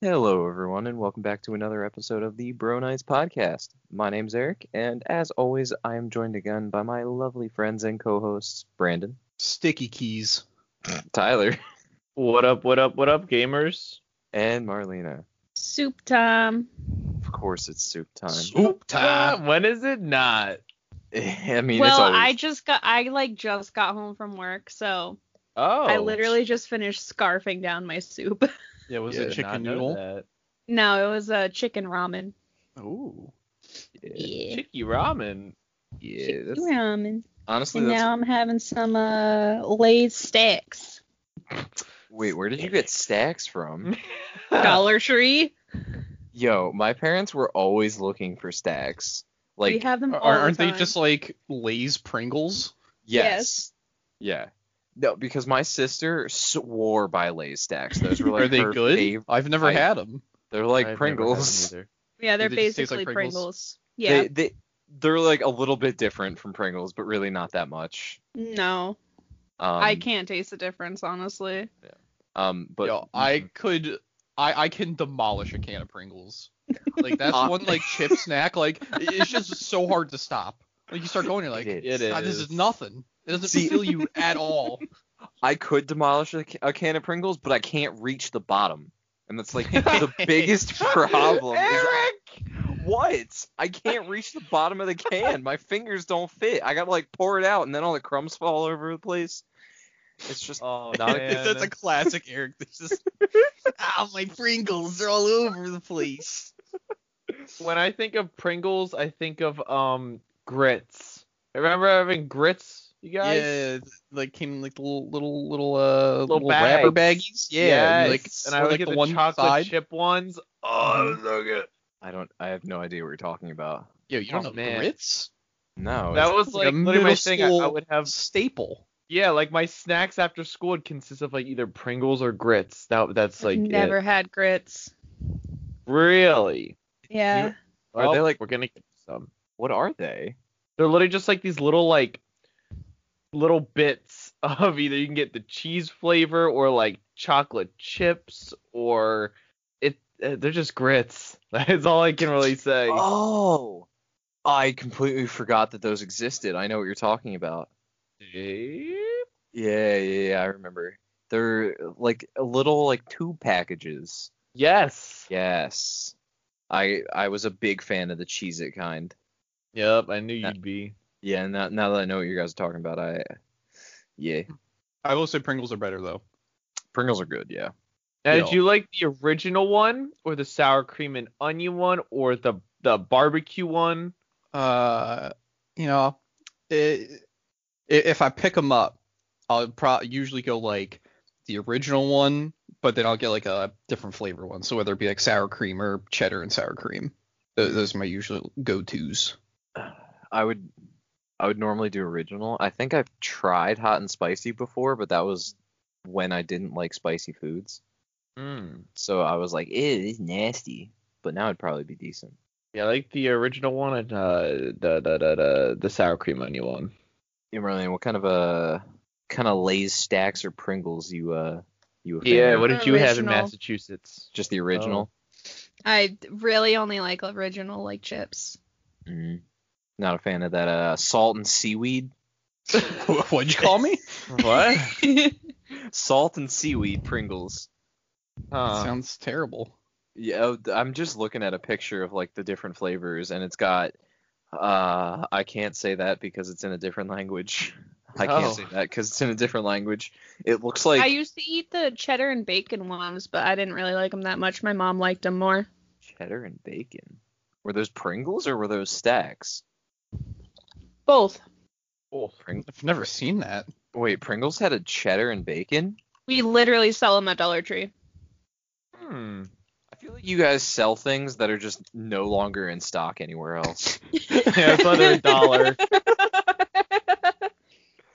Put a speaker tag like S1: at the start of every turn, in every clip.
S1: Hello, everyone, and welcome back to another episode of the Bro Nights podcast. My name's Eric, and as always, I am joined again by my lovely friends and co-hosts, Brandon,
S2: Sticky keys.
S1: Tyler,
S3: What up, what up, what up, gamers?
S1: and Marlena.
S4: Soup time.
S1: Of course, it's soup time.
S2: Swoop time.
S3: Ah, when is it not?
S1: I mean, it's
S4: well,
S1: always
S4: I just got I like just got home from work, so
S3: Oh.
S4: I literally just finished scarfing down my soup.
S2: Yeah, was
S3: Yeah,
S2: it
S3: did not
S2: chicken
S3: know
S2: noodle?
S3: that.
S4: no, it was a uh, chicken ramen.
S2: Ooh.
S4: Yeah.
S3: Chicky ramen.
S1: yeah. That's,
S4: ramen.
S1: honestly,
S4: And
S1: that's
S4: now I'm having some uh Lay's stacks.
S1: wait. Where did you get stacks from?
S4: Dollar Tree.
S1: Yo, my parents were always looking for stacks. Like,
S4: we have them all
S2: Are, not
S4: the
S2: they
S4: time.
S2: just like Lay's Pringles?
S1: yes. yeah. No, because my sister swore by Lay's stacks. Those were like
S2: Are they
S1: her
S2: good?
S1: fav-
S2: I've never
S1: I-
S2: had them.
S1: They're
S3: I've never had
S1: like
S3: them
S1: Pringles.
S3: either.
S4: Yeah, they're
S2: they just taste
S4: basically
S2: like Pringles?
S4: Pringles. Yeah.
S1: They, they they're like a little bit different from Pringles, but really not that much.
S4: no.
S1: Um,
S4: I can't taste the difference, honestly.
S1: Um, but
S2: Yo, I could. I, I can demolish a can of Pringles. Like that's
S1: Uh,
S2: one like chip snack. Like it- it's just so hard to stop. Like you start going, you're like,
S1: It
S3: is.
S2: "God, this is nothing. It doesn't
S1: See-
S2: fulfill you at all.
S1: I could demolish a, ca- a can of Pringles, but I can't reach the bottom, and that's like the biggest problem. is I- what? I can't reach the bottom of the can. My fingers don't fit. I gotta like pour it out, and then all the crumbs fall all over the place. It's just
S3: Oh,
S1: That's
S3: man.
S2: That's a classic Eric. This is ah, my Pringles. They're all over the place.
S3: when I think of Pringles, I think of um grits. Remember having grits, you guys?
S2: Yeah, like came in like the little little little uh little,
S3: bags.
S2: wrapper baggies. Yeah, and,
S3: Yes.
S2: like
S3: and I would
S2: like
S3: get
S2: the
S3: the,
S2: one
S3: chocolate
S2: side.
S3: chip ones. Oh, so good.
S1: I don't. I have no idea what you're talking about.
S2: Yo, you don't
S3: Oh,
S2: know
S3: man.
S2: grits?
S1: No.
S3: That
S1: it's-
S3: was
S2: Oh, It's
S3: like,
S2: like a
S3: literally my
S2: middle
S3: thing. I, I
S2: school
S3: would have
S2: staple.
S3: yeah, like my snacks after school would consist of like either Pringles or grits. That that's like
S4: I've
S3: it.
S4: never had grits.
S3: really.
S4: Yeah.
S1: Are they, like-
S3: we're gonna get some?
S1: what are they?
S3: They're literally just like these little like little bits of either you can get the cheese flavor or like chocolate chips or it uh, they're just grits. That's all I can really say.
S1: Oh, I completely forgot that those existed. I know what you're talking about. Yeah, yeah, yeah. I remember. They're like a little like two packages.
S3: Yes.
S1: Yes. I I was a big fan of the Cheez It kind.
S3: Yep, I knew
S1: That-
S3: you'd be.
S1: Yeah, now now that I know what you guys are talking about, I yeah.
S2: I will say Pringles are better though.
S1: Pringles are good, yeah.
S3: Now,
S2: Yo.
S3: did you like the original one or the sour cream and onion one or the the barbecue one?
S2: Uh, you know, it, i if I pick them up, I'll pro- usually go like the original one, but then I'll get like a different flavor one. So whether it be like sour cream or cheddar and sour cream, those, those are my usual go tos.
S1: I would I would normally do original. I think I've tried hot and spicy before, but that was when I didn't like spicy foods.
S3: Mm.
S1: So I was like, ew, it's nasty. But now it'd probably be decent.
S3: Yeah, I like the original one and uh the the the the, the sour cream onion one.
S1: Yeah, Marlene, what kind of uh kind of Lay's stacks or Pringles you uh you a fan
S3: Yeah,
S1: of?
S3: what did you have in
S4: Original.
S3: Massachusetts?
S1: just the original?
S4: I really only like original like chips.
S1: Mm. Not a fan of that uh salt and seaweed.
S2: What'd you call me?
S3: What?
S1: Salt and seaweed Pringles.
S2: That
S3: Huh.
S2: sounds terrible.
S1: Yeah, oh, th- I'm just looking at a picture of like the different flavors and it's got uh I can't say that because it's in a different language. I can't
S3: Oh.
S1: say that cuz it's in a different language. It looks
S4: I
S1: like
S4: used to eat the cheddar and bacon ones, but I didn't really like them that much. My mom liked them more.
S1: cheddar and bacon. Were those Pringles or were those stacks?
S4: Both.
S3: Oh,
S1: Pring-
S2: I've never seen that.
S1: Wait, Pringles had a cheddar and bacon?
S4: We literally sell them at Dollar Tree.
S3: hmm.
S1: I feel like you guys sell things that are just no longer in stock anywhere else.
S3: Yeah, it's under a dollar.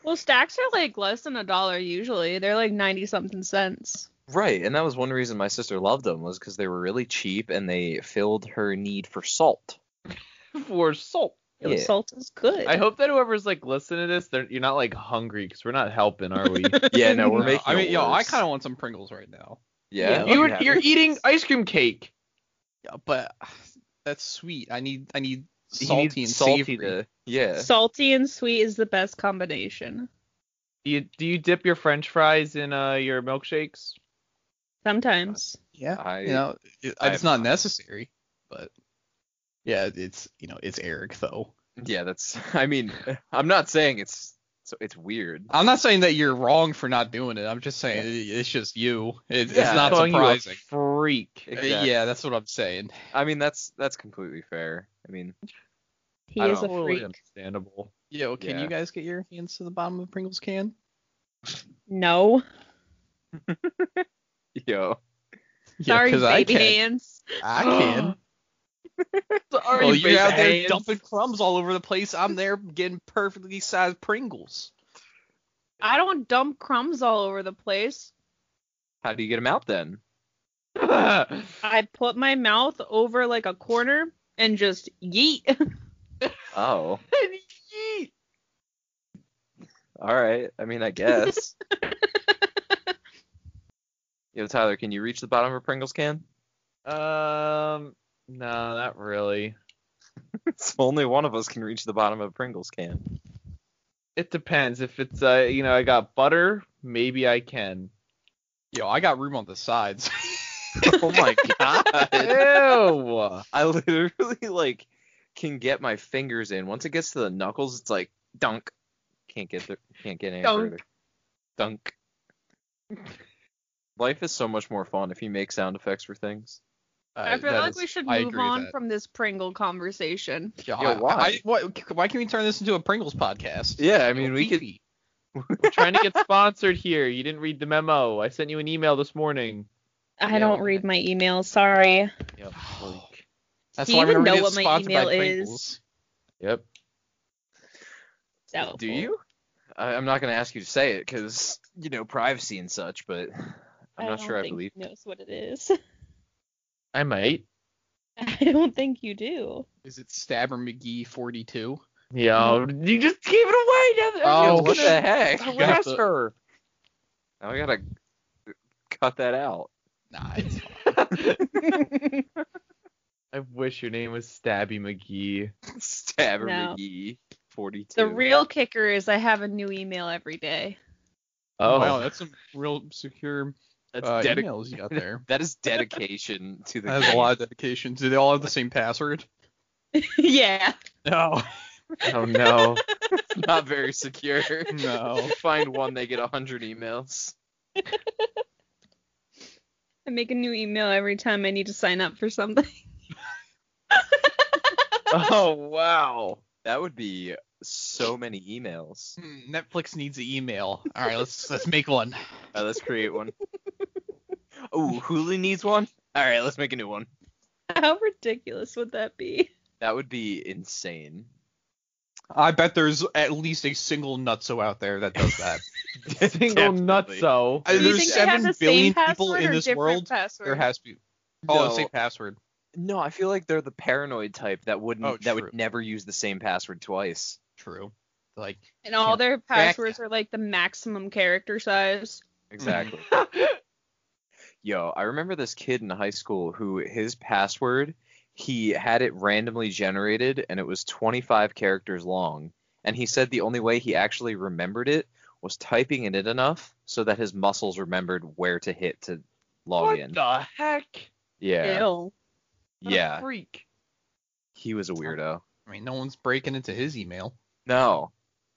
S4: Well, stacks are like less than a dollar usually. They're like 90 something cents.
S1: right, and that was one reason my sister loved them was because they were really cheap and they filled her need for salt.
S3: For salt.
S4: Yo,
S1: Yeah.
S4: Salt is good.
S3: I hope that whoever's like listening to this, they're, you're not like hungry because we're not helping, are we?
S1: Yeah, no, we're
S2: No,
S1: making.
S2: I mean,
S1: it
S2: yo, I
S1: worse.
S2: kind of want some Pringles right now.
S1: Yeah.
S2: Yeah,
S1: you
S3: you were,
S1: can have
S3: you're
S1: it.
S3: eating ice cream cake.
S2: Yeah, but that's sweet. I need I need
S3: He
S2: salty
S3: needs
S2: and
S3: salty
S2: savory.
S3: to-
S1: Yeah.
S4: Salty and sweet is the best combination.
S3: do you do you dip your French fries in uh your milkshakes?
S4: Sometimes.
S2: Yeah,
S1: I-
S2: you know, it-
S1: I
S2: it's
S1: have
S2: not necessary, but yeah, it's you know, it's Eric though.
S1: Yeah, that's. I mean, I'm not saying it's. So it's weird.
S2: I'm not saying that you're wrong for not doing it. I'm just saying it- it's just you. It,
S1: Yeah,
S2: it's not
S3: Calling you a
S2: surprising.
S3: freak.
S2: Uh,
S1: Exactly.
S2: Yeah, that's what I'm saying.
S1: I mean, that's that's completely fair. I mean,
S4: He
S1: I
S4: is a
S1: don't-
S3: Totally
S4: freak.
S3: understandable.
S2: Yo, can
S1: Yeah.
S2: you guys get your hands to the bottom of the Pringles can?
S4: No.
S1: yo,
S4: Sorry,
S2: yeah, 'cause I
S4: baby
S2: can.
S4: hands.
S2: I can.
S3: Sorry,
S2: well, Oh, you're out there
S3: hands.
S2: dumping crumbs all over the place. I'm there getting perfectly sized Pringles.
S4: I don't dump crumbs all over the place.
S1: how do you get him out then?
S4: I put my mouth over like a corner and just yeet.
S1: Oh, all right. I mean, I guess. yo, Tyler, can you reach the bottom of a Pringles can?
S3: um, no, not really.
S1: So only one of us can reach the bottom of a Pringles can.
S3: It depends. If it's uh, you know, I got butter, maybe I can.
S2: Yo, I got room on the sides.
S1: oh my god.
S3: Ew.
S1: I literally like can get my fingers in. Once it gets to the knuckles, it's like dunk. Can't get there. Can't get any
S4: Dunk.
S1: further. Dunk. Life is so much more fun if you make sound effects for things.
S4: I feel
S2: Uh, that
S4: like
S2: is-
S4: we should
S2: I
S4: move
S2: agree with
S4: on
S2: that.
S4: from this Pringle conversation.
S2: Yeah,
S1: Yeah,
S2: I-
S1: why?
S2: I- why? Why can we turn this into a Pringles podcast?
S1: Yeah, I mean we could.
S2: Beefy.
S3: We're trying to get sponsored here. You didn't read the memo. I sent you an email this morning.
S4: I
S1: Yeah,
S4: don't read my emails. Sorry.
S1: Yep.
S3: Freak.
S2: That's
S4: Do
S2: why
S4: you
S2: we
S4: even
S2: already
S4: know
S2: get
S4: what my
S2: sponsored by
S4: email is?
S2: Pringles.
S3: Yep.
S4: So
S1: Do you? I, I'm not gonna ask you to say it because you know privacy and such, but I'm not
S4: don't
S1: sure I
S4: think
S1: believe.
S4: he knows what it is.
S3: I might.
S4: I don't think you do.
S2: Is it Stabber McGee 42?
S3: Yeah, oh, you just gave it away. Now
S1: Yo,
S2: Oh,
S3: everyone's
S1: what
S3: gonna
S1: the heck?
S2: You got
S3: harass
S2: the-
S3: her.
S1: Now we gotta cut that out.
S2: Nah, it's
S3: I wish your name was Stabby McGee.
S1: Stabber
S4: No.
S1: McGee, 42.
S4: The real kicker is I have a new email every day.
S3: Oh,
S2: wow, that's some real secure
S1: That's
S2: uh,
S1: dedic-
S2: emails you got there.
S1: That is dedication to the
S2: That has a lot of dedication. Do they all have the same password?
S4: yeah.
S2: No.
S3: oh no.
S1: Not very secure.
S2: No.
S1: Find one, they get 100 emails.
S4: I make a new email every time I need to sign up for something.
S3: oh wow.
S1: That would be so many emails.
S2: Hmm, Netflix needs an email. All right, let's let's make one.
S1: All right, let's create one. Oh, Hulu needs one? All right, let's make a new one.
S4: How ridiculous would that be?
S1: That would be insane.
S2: I bet there's at least a single nutso out there that does that.
S3: Single
S1: Definitely.
S3: nutso.
S2: I-
S4: Do you
S2: Uh, there's
S4: think they have
S2: seven
S4: the
S2: billion
S4: same password
S2: people in
S4: or
S2: this
S4: different
S2: world.
S4: Password?
S2: There has to be. Oh,
S1: No.
S2: same password.
S1: No, I feel like they're the paranoid type that wouldn't
S2: Oh,
S1: that
S2: true.
S1: would never use the same password twice.
S2: True. Like
S4: and all their
S2: Correct.
S4: passwords are like the maximum character size.
S1: Exactly. Yo, I remember this kid in high school who his password, he had it randomly generated and it was 25 characters long. And he said the only way he actually remembered it was typing it in enough so that his muscles remembered where to hit to log
S3: what
S1: in.
S3: the heck?
S1: yeah.
S4: Ew.
S3: What a
S1: Yeah.
S3: freak.
S1: He was a weirdo.
S2: I mean, no one's breaking into his email.
S1: No.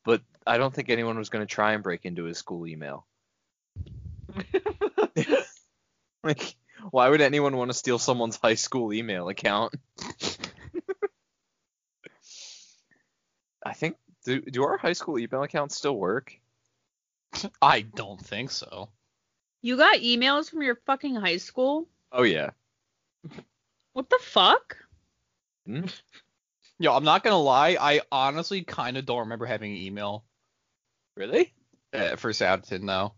S1: But I don't think anyone was going to try and break into his school email. like, why would anyone want to steal someone's high school email account? I think do do our high school email accounts still work?
S2: I don't think so.
S4: You got emails from your fucking high school?
S1: Oh yeah.
S4: What the fuck?
S2: Yo, I'm not gonna lie. I honestly kind of don't remember having an email
S1: Really?
S2: uh, for Soundton though.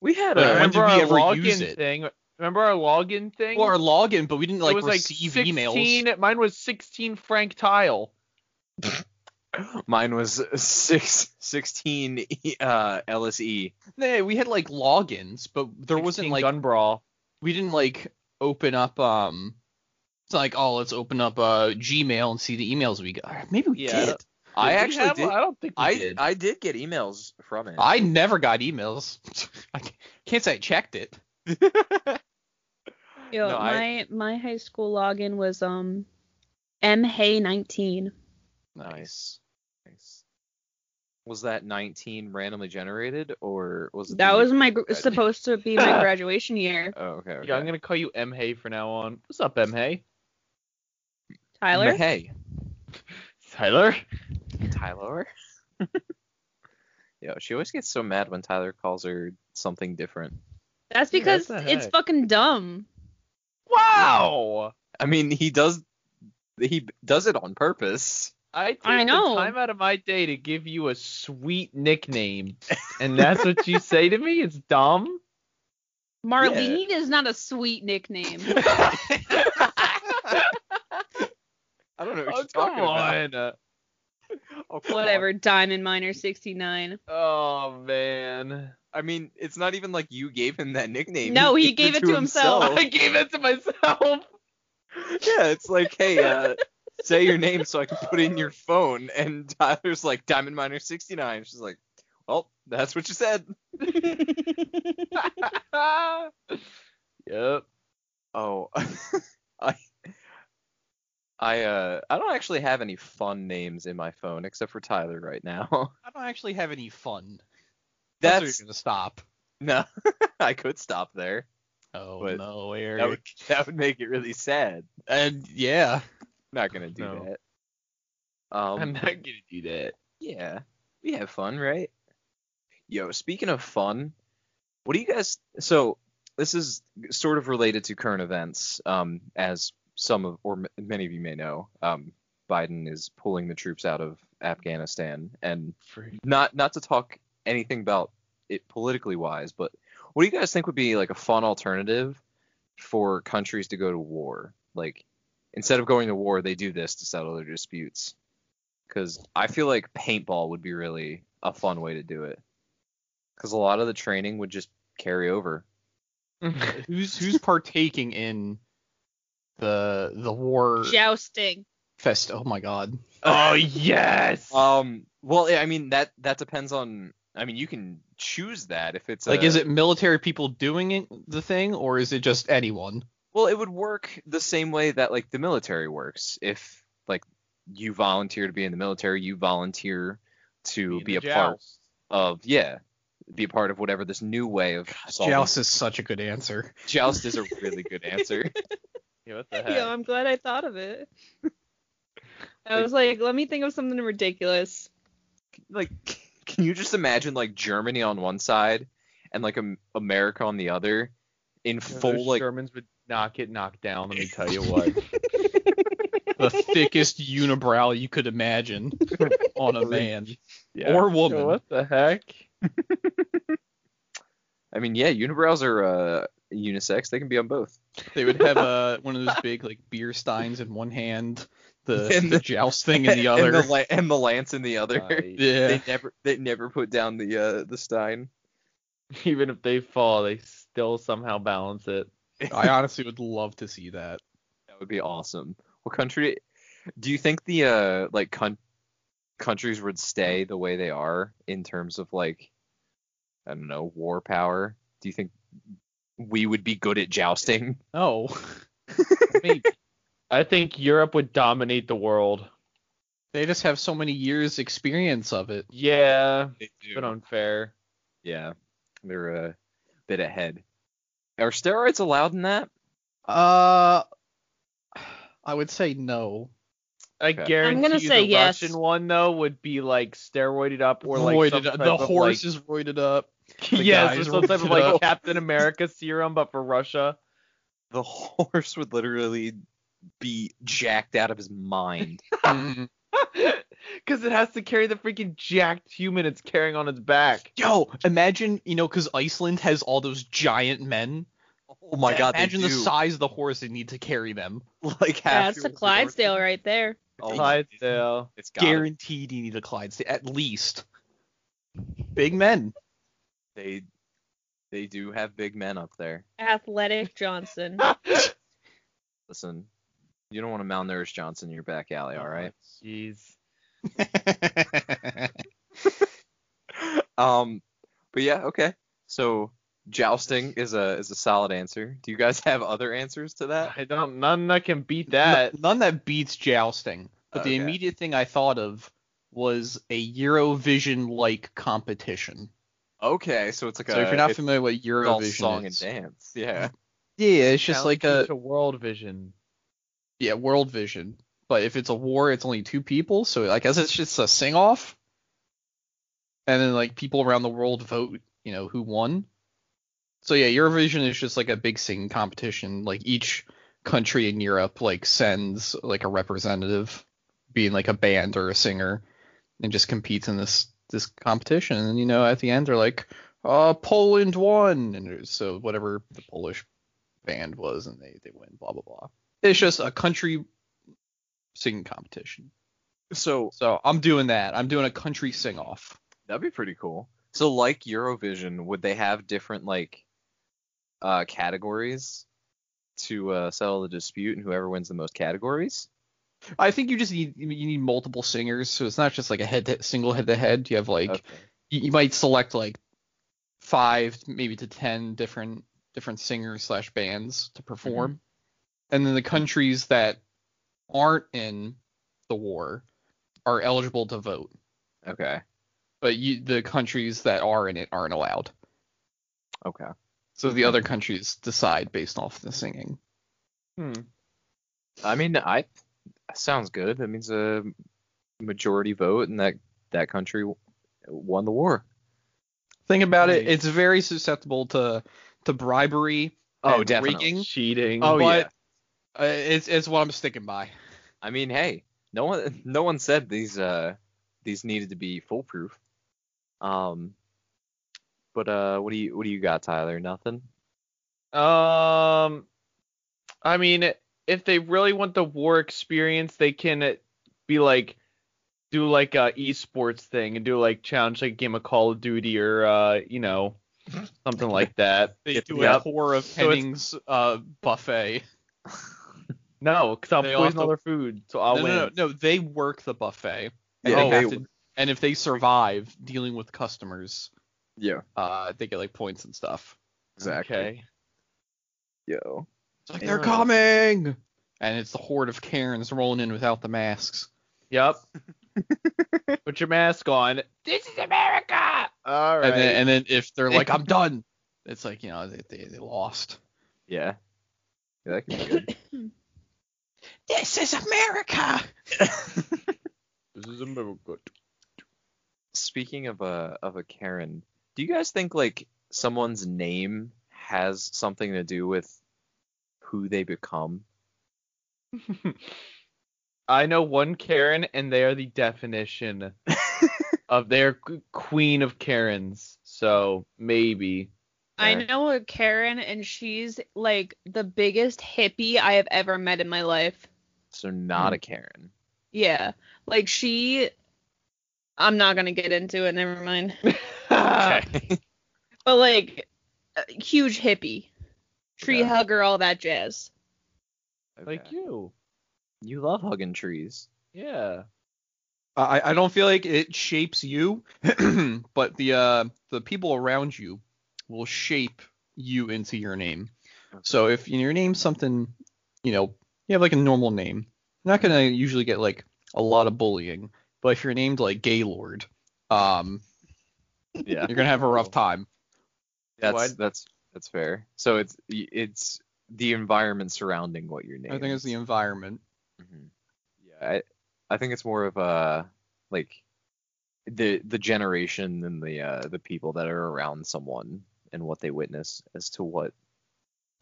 S1: We had
S2: But
S1: a
S2: when
S3: remember
S2: did we
S3: our
S2: ever
S3: login
S2: use it?
S3: thing? Remember our login thing?
S2: Well, our login, but we didn't like
S3: it was
S2: receive
S3: like 16,
S2: emails.
S3: Mine was 16 Frank Tile.
S1: mine was six sixteen uh LSE.
S2: Nah, we had like logins, but there wasn't
S3: 16
S2: like
S3: gun brawl.
S2: we didn't like open up um it's like oh let's open up uh Gmail and see the emails we got. Maybe we
S1: Yeah,
S2: did.
S1: I
S3: Did we
S1: actually
S3: have
S1: did.
S3: one? I don't think we
S1: I
S3: did.
S1: I did get emails from it.
S2: I never got emails. I ca- can't say I checked it.
S4: Yo,
S1: No, I-
S4: my my high school login was um mhay19.
S1: nice. Nice. Was that 19 randomly generated or was it
S4: That
S3: Mm.
S1: the-
S4: was my gr- supposed to be my graduation year.
S1: Oh, okay. okay.
S3: Yeah, I'm gonna call you M Hay for now on. What's up, M Hay?
S4: Tyler,
S1: Hey,
S3: Tyler.
S1: Tyler. Yo, she always gets so mad when Tyler calls her something different.
S4: that's
S3: Yeah,
S4: because
S3: what the
S4: it's
S3: heck?
S4: fucking dumb.
S3: Wow.
S1: I mean, he does he does it on purpose.
S3: I take
S4: I know.
S3: the time out of my day to give you a sweet nickname, and that's what you say to me? It's dumb.
S4: Marlene is not a sweet nickname.
S1: I don't know what
S3: Oh,
S1: you're
S3: come
S1: talking about.
S3: on.
S1: Oh, come on.
S4: Whatever, Diamond Miner 69.
S3: Oh man.
S1: I mean, it's not even like you gave him that nickname.
S4: No, he gave it to himself.
S3: I gave it to myself.
S1: yeah, it's like, hey, uh, say your name so I can put it in your phone. And Tyler's like, Diamond Miner 69. She's like, well, that's what you said.
S3: yep.
S1: Oh, I, I, uh, I don't actually have any fun names in my phone except for Tyler right now.
S2: I don't actually have any fun. That's,
S1: That's
S2: where you're gonna stop.
S1: no, I could stop there.
S2: Oh
S1: But
S2: no,
S1: That
S2: Eric.
S1: would that would make it really sad.
S2: And yeah.
S1: Not gonna do
S3: No.
S1: that. Um,
S3: I'm not gonna do that.
S1: Yeah. We have fun, right? Yo, speaking of fun, what do you guys so this is sort of related to current events um as some of or m- many of you may know um Biden is pulling the troops out of Afghanistan and not not to talk anything about it politically wise, but what do you guys think would be like a fun alternative for countries to go to war? Like instead of going to war, they do this to settle their disputes. Because I feel like paintball would be really a fun way to do it. Because a lot of the training would just carry over.
S2: Who's who's partaking in the the war
S4: Jousting.
S2: fest? Oh my god.
S3: oh yes.
S1: Um, well, I mean that that depends on. I mean, you can choose that if it's
S2: like
S1: a-
S2: is it military people doing it, the thing or is it just anyone?
S1: Well, it would work the same way that like the military works. If like you volunteer to be in the military, you volunteer to be, a part of yeah, be a part of whatever this new way of solving.
S2: Joust is such a good answer.
S1: Joust is a really good answer.
S3: Yeah, what the heck?
S4: Yo, I'm glad I thought of it. I was like, let me think of something ridiculous.
S1: like, can you just imagine like Germany on one side and like Am- America on the other, in
S3: You know,
S1: full
S3: those
S1: like
S3: Germans would not get knocked down. Let me tell you what.
S2: The thickest unibrow you could imagine on a man.
S3: Yeah.
S2: Or
S3: Yo,
S2: woman.
S3: what the heck?
S1: I mean, yeah, unibrows are uh, unisex. They can be on both.
S2: They would have uh, one of those big like beer steins in one hand, the,
S1: And
S2: the,
S1: the-
S2: joust thing in the other.
S1: and the, la- and the lance in the other.
S3: Nice.
S2: yeah.
S1: They never they never put down the uh, the Stein.
S3: Even if they fall, they still somehow balance it.
S2: I honestly would love to see that.
S1: That would be awesome. What country do you think the uh like con- countries would stay the way they are in terms of like I don't know war power? Do you think we would be good at jousting?
S2: Oh.
S3: I mean, I think Europe would dominate the world.
S2: They just have so many years experience of it.
S3: Yeah,
S1: They
S3: it's been unfair.
S1: Yeah, they're a bit ahead. Are steroids allowed in that?
S2: Uh I would say no.
S3: I
S1: Okay.
S3: guarantee
S4: I'm gonna
S3: you
S4: say
S3: the
S4: yes.
S3: Russian one though would be like steroided up or like
S2: Roided
S3: some
S2: up-
S3: type
S2: the
S3: of,
S2: horse
S3: like-
S2: is roided up. the
S3: yes, or
S2: guys
S3: some type of
S2: roided
S3: like
S2: up.
S3: Captain America serum, but for Russia.
S1: The horse would literally be jacked out of his mind.
S2: Mm.
S3: Because it has to carry the freaking jacked human it's carrying on its back.
S2: Yo, imagine, you know, because Iceland has all those giant men.
S1: Oh my god!
S2: Imagine
S1: they
S2: the
S1: do.
S2: size of the horse they need to carry them.
S1: like half
S4: That's
S1: your
S4: a Clydesdale right there.
S1: Oh,
S3: Clydesdale.
S1: It's got
S2: Guaranteed you need a Clydesdale, at least. Big men.
S1: they They do have big men up there.
S4: Athletic Johnson.
S1: Listen, you don't want to malnourish Johnson in your back alley, all right?
S3: Jeez.
S1: Um, but yeah, okay. So jousting is a is a solid answer. Do you guys have other answers to that?
S3: I don't. None that can beat that.
S2: N- none that beats jousting. But
S1: Okay.
S2: the immediate thing I thought of was a Eurovision like competition.
S1: Okay, so it's like
S2: So
S1: a
S2: if you're not
S1: it's
S2: familiar with
S1: all
S2: Eurovision
S1: song
S2: is,
S1: and dance. Yeah.
S2: yeah, it's just like a
S3: to World Vision.
S2: yeah World Vision. But if it's a war, it's only two people, so I guess it's just a sing off. And then like people around the world vote, you know, who won. So yeah, Eurovision is just like a big singing competition. Like each country in Europe like sends like a representative, being like a band or a singer, and just competes in this this competition. And you know, at the end they're like, uh, Poland won, and it- so whatever the Polish band was, and they they win, blah blah blah. It's just a country singing competition.
S1: So
S2: So I'm doing that. I'm doing a country sing off.
S1: that'd be pretty cool. So like Eurovision, would they have different like uh categories to uh settle the dispute and whoever wins the most categories?
S2: I think you just need you need multiple singers, so it's not just like a head to, single head to head. You have like
S1: Okay.
S2: you, you might select like five maybe to ten different different singers slash bands to perform and then the countries that aren't in the war are eligible to vote
S1: Okay.
S2: but you, the countries that are in it aren't allowed
S1: Okay.
S2: so the other countries decide based off the singing
S3: Hmm.
S1: I mean, I sounds good. That means a majority vote, and that that country w- won the war.
S2: think about it
S3: Right.
S2: it's very susceptible to to bribery and rigging
S3: Cheating.
S1: Oh
S2: but
S1: yeah.
S2: uh, it's, it's what i'm sticking by
S1: I mean, hey, no one no one said these uh these needed to be foolproof. Um. But uh, what do you what do you got, Tyler? Nothing.
S3: Um, I mean, if they really want the war experience, they can be like, do like a esports thing and do like challenge like a game of Call of Duty or uh, you know, something like that.
S2: they
S1: Yep.
S2: do
S3: Yep.
S2: a pour of
S3: So it's-
S2: Henning's uh, buffet.
S3: No, because I'll
S2: They
S3: poison
S2: also-
S3: all their food, so I'll
S2: no,
S3: win.
S2: no, no, no, they work the buffet. And,
S1: Yeah,
S2: they
S1: they
S2: have to, and if they survive dealing with customers,
S1: Yeah.
S2: uh, they get like points and stuff.
S3: Okay.
S1: Yo.
S2: It's like
S1: Yeah.
S2: they're coming, and it's the horde of Karens rolling in without the masks.
S3: Yep. Put your mask on. This is America. All right.
S2: And then and then if they're like I'm done, it's like you know they they, they lost.
S1: Yeah. Yeah, that could be good.
S2: This is America.
S3: this is America.
S1: Speaking of a of a Karen, do you guys think like someone's name has something to do with who they become?
S3: I know one Karen, and they are the definition of their queen of Karens. So maybe.
S4: I
S1: Fair.
S4: know a Karen, and she's like the biggest hippie I have ever met in my life.
S1: So not a Karen.
S4: Yeah. Like she I'm not gonna get into it, never mind. Um, But like a huge hippie. Tree
S1: Okay.
S4: hugger, all that jazz.
S3: Like
S1: Okay.
S3: you.
S1: you love hugging trees.
S3: Yeah.
S2: I I don't feel like it shapes you, but the uh the people around you will shape you into your name. So if your name's something, you know, you have like a normal name, you're not gonna usually get like a lot of bullying. But if you're named like Gaylord, um,
S1: yeah,
S2: you're gonna have a
S1: Oh,
S2: rough time.
S1: that's
S3: Why'd-
S1: that's that's fair. So it's it's the environment surrounding what your name.
S2: I think it's the environment.
S1: Mhm. Yeah, I I think it's more of a like the the generation and the uh, the people that are around someone and what they witness as to what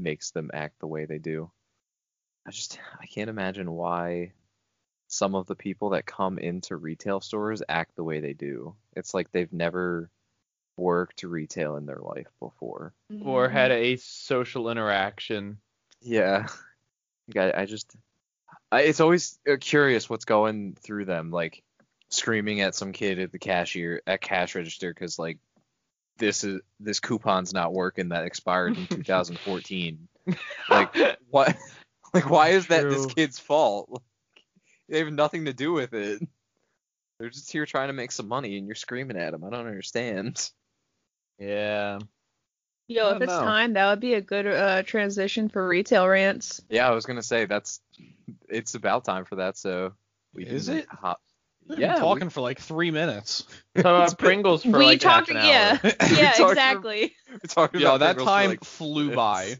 S1: makes them act the way they do. I just I can't imagine why some of the people that come into retail stores act the way they do. It's like they've never worked retail in their life before.
S4: Mm-hmm.
S3: Or had a social interaction.
S1: Yeah. Like, I, I just, I, it's always uh, curious what's going through them, like screaming at some kid at the cashier at cash register because like this is this coupon's not working that expired in 2014. like what? Like why is that this
S3: True.
S1: kid's fault? Like, they have nothing to do with it. They're just here trying to make some money, and you're screaming at them. I don't understand.
S3: Yeah.
S4: Yo,
S3: I
S4: if
S3: don't
S4: it's
S3: know.
S4: time, that would be a good uh, transition for retail rants.
S1: Yeah, I was gonna say that's it's about time for that. So we
S2: Is
S1: can
S2: it?
S1: hop-
S2: We've
S1: Yeah,
S2: been
S1: we-
S2: talking for like three minutes.
S3: Talk about Pringles for
S4: we
S3: like half
S4: talked,
S3: an hour.
S4: yeah, yeah,
S1: talked for-
S4: exactly.
S1: we're talking
S2: Yo,
S1: about
S2: that
S1: Pringles for,
S2: time
S1: like,
S2: flew
S1: minutes.
S2: by.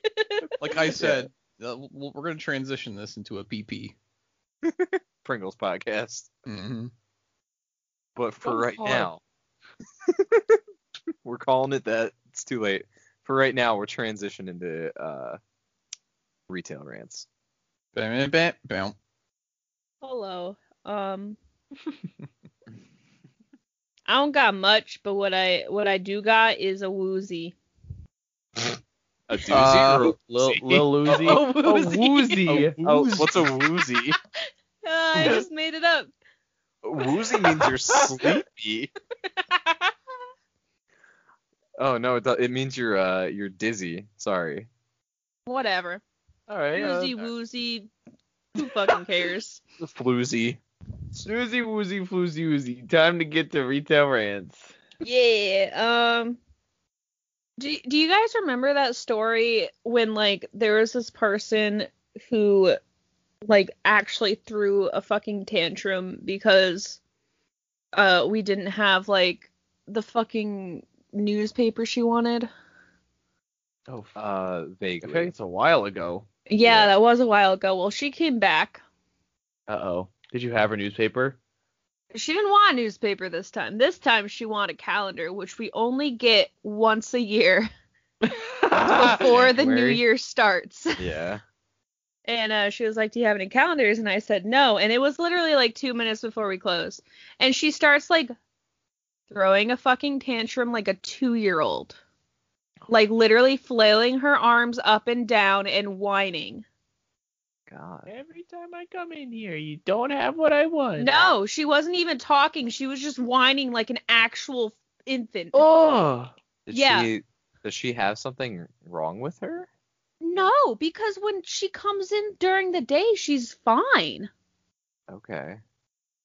S2: like I said, uh, w- we're gonna transition this into a PP.
S1: Pringles podcast.
S2: Mm-hmm.
S1: But for
S4: Go
S1: right
S4: hard.
S1: now, we're calling it that. It's too late. For right now, we're transitioning to uh, retail rants.
S2: Bam, bam, bam.
S4: Hello. Um I don't got much, but what I what I do got is a woozy.
S1: A doozy
S2: Uh,
S1: or a
S3: Lil,
S1: woozy?
S3: Lil Uzi.
S4: Oh,
S3: A woozy.
S2: A
S3: Oh,
S2: woozy.
S1: What's a woozy?
S4: Uh, I just made it up.
S1: woozy means you're sleepy. Oh no, it, do- it means you're uh, you're dizzy. Sorry.
S4: Whatever.
S3: all right. uh,
S4: Woozy woozy. Who fucking cares?
S1: Floozy.
S3: Snoozy woozy floozy woozy. Time to get to retail rants.
S4: Yeah. Um. Do Do you guys remember that story when like there was this person who like actually threw a fucking tantrum because uh we didn't have like the fucking newspaper she wanted?
S3: Oh, f-
S1: Uh,
S3: I
S1: vaguely.
S3: feel like it's a while ago.
S4: Yeah,
S1: Yeah.
S4: that was a while ago. Well, she came back.
S3: Uh oh. Did you have her newspaper?
S4: She didn't want a newspaper this time. This time she wanted a calendar, which we only get once a year before the new
S3: January.
S4: year starts.
S1: Yeah.
S4: And uh, she was like, "Do you have any calendars?" And I said, "No." And it was literally like two minutes before we closed. And she starts like throwing a fucking tantrum like a two-year-old, like literally flailing her arms up and down and whining.
S1: God.
S3: Every time I come in here, you don't have what I want.
S4: No, she wasn't even talking. She was just whining like an actual infant.
S3: Oh.
S1: Did
S4: Yeah.
S1: She, does she have something wrong with her?
S4: No, because when she comes in during the day, she's fine.
S1: Okay.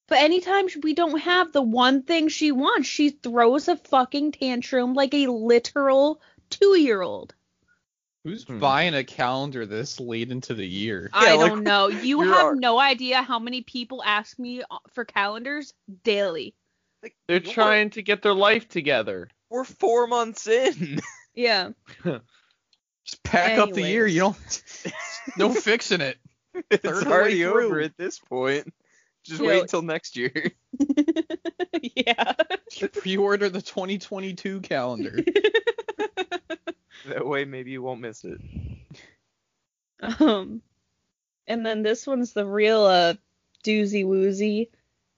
S4: But anytime sh- we don't have the one thing she wants, she throws a fucking tantrum like a literal two year old.
S2: Who's
S3: Hmm.
S2: buying a calendar this late into the year?
S4: I
S1: like,
S4: don't know. You
S1: you're
S4: have
S1: our-
S4: no idea how many people ask me uh, for calendars daily.
S3: They're
S1: What?
S3: trying to get their life together.
S1: We're four months in.
S4: Yeah.
S2: Just pack up the year. You don't. no fixing it.
S1: It's
S2: Third of the
S1: already
S2: way through.
S1: over at this point. Just
S4: Yeah,
S1: wait
S4: like-
S1: till next year.
S4: yeah.
S2: You pre-order the 2022 calendar.
S1: That way, maybe you won't miss it.
S4: Um, and then this one's the real uh, doozy woozy.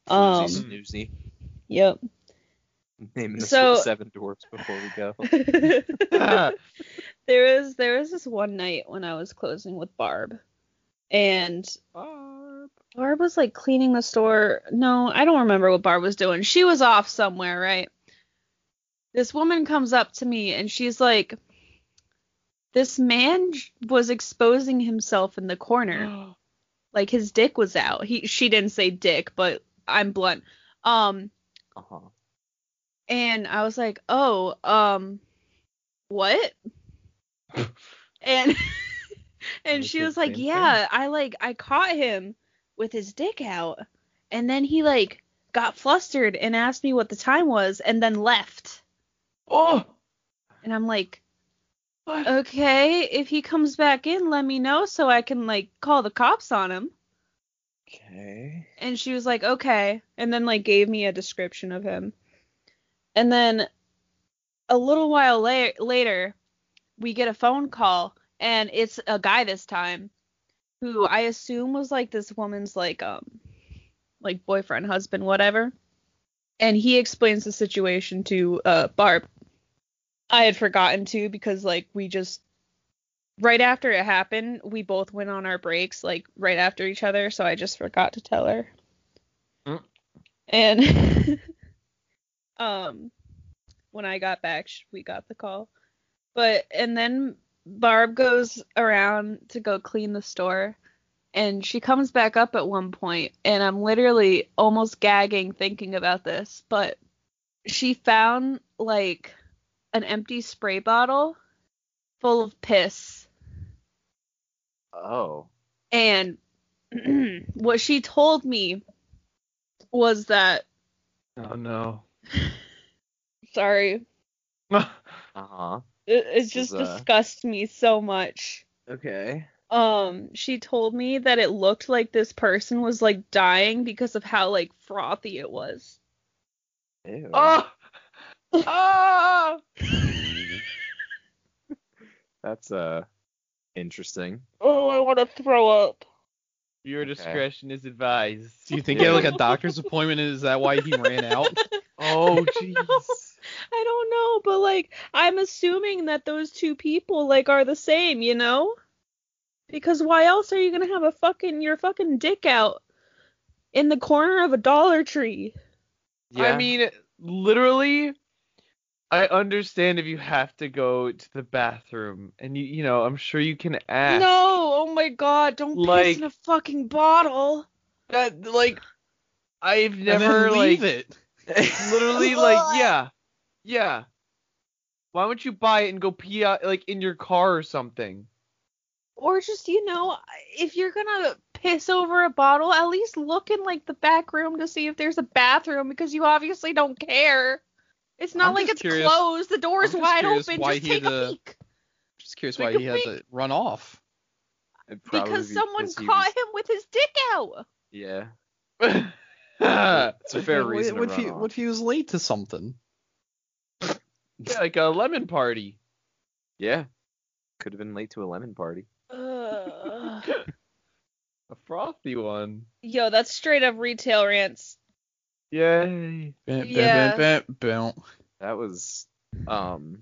S4: Um,
S1: Snoozy, snoozy.
S4: yep.
S1: Naming the
S4: so-
S1: seven dwarfs before we go.
S3: Oh,
S4: there was there was this one night when I was closing with Barb, and Barb was like cleaning the store. No, I don't remember what Barb was doing. She was off somewhere, right? This woman comes up to me and she's like, "This man j- was exposing himself in the
S3: Oh.
S4: corner, like his dick was out." He she didn't say dick, but I'm blunt. Um,
S1: Uh-huh.
S4: and I was like, "Oh, um, what?" and and
S3: Like
S4: she
S3: the
S4: was like,
S3: same
S4: "Yeah, I like I caught him with his dick out, and then he like got flustered and asked me what the time was, and then left."
S3: oh.
S4: And I'm like,
S3: What?
S4: "Okay, if he comes back in, let me know so I can like call the cops on him."
S1: Okay.
S4: And she was like, okay. And then, like, gave me a description of him. And then a little while la- later, we get a phone call, and it's a guy this time who I assume was like this woman's, like, um, like boyfriend, husband, whatever. And he explains the situation to uh, Barb. I had forgotten to because, like, we just, right after it happened, we both went on our breaks, like, right after each other. So I just forgot to tell her.
S3: Mm.
S4: And, um, when I got back, sh- we got the call. But and then Barb goes around to go clean the store and she comes back up at one point and I'm literally almost gagging thinking about this, but she found like an empty spray bottle full of piss
S1: Oh.
S4: and what she told me was that
S3: Oh no.
S4: sorry
S3: Ah!
S1: Uh huh.
S4: it, it
S1: This is,
S4: just
S1: uh,
S4: disgusts me so much
S1: Okay.
S4: um she told me that it looked like this person was like dying because of how like frothy it was
S1: Ew.
S4: Ah!
S3: oh. Oh.
S1: That's uh interesting.
S4: oh i want to throw up
S3: Your
S1: Okay.
S3: discretion is advised.
S2: Do you think he had like a doctor's appointment? and Is that why he ran out?
S3: Oh jeez.
S4: i don't know but like i'm assuming that those two people like are the same you know because why else are you gonna have a fucking your fucking dick out in the corner of a dollar tree
S3: I mean, literally, I understand if you have to go to the bathroom, and you, you know, I'm sure you can ask.
S4: no oh my god don't
S3: Like-
S4: piss in a fucking bottle
S3: that like, I've
S2: And then
S3: never like
S2: leave it.
S3: literally like yeah, yeah. Why don't you buy it and go pee out like in your car or something?
S4: or just you know if you're gonna piss over a bottle at least look in like the back room to see if there's a bathroom because you obviously don't care it's not
S2: I'm
S4: like
S2: just
S4: it's
S2: curious-
S4: closed the door
S2: I'm
S4: is
S2: just
S4: wide
S2: curious
S4: open
S2: why
S4: just
S2: he
S4: take
S2: had
S4: a
S2: to-
S4: peek
S2: Just curious
S4: Like
S2: why
S4: a
S2: he had to run off.
S1: It'd probably
S4: because
S1: be
S4: someone
S1: he
S4: caught
S1: was-
S4: him with his dick out
S1: Yeah.
S3: yeah,
S1: It's a fair
S2: Like,
S1: reason.
S2: Uh, what-
S1: to
S2: What if
S1: run
S2: he
S1: off.
S2: what if he was late to something?
S3: like a lemon party.
S1: Yeah. Could have been late to a lemon party.
S4: Ugh.
S3: A frothy one.
S4: yo that's straight up retail rants
S3: Yay.
S2: Bam, bam,
S4: Yeah.
S2: bam, bam, bam.
S1: That was um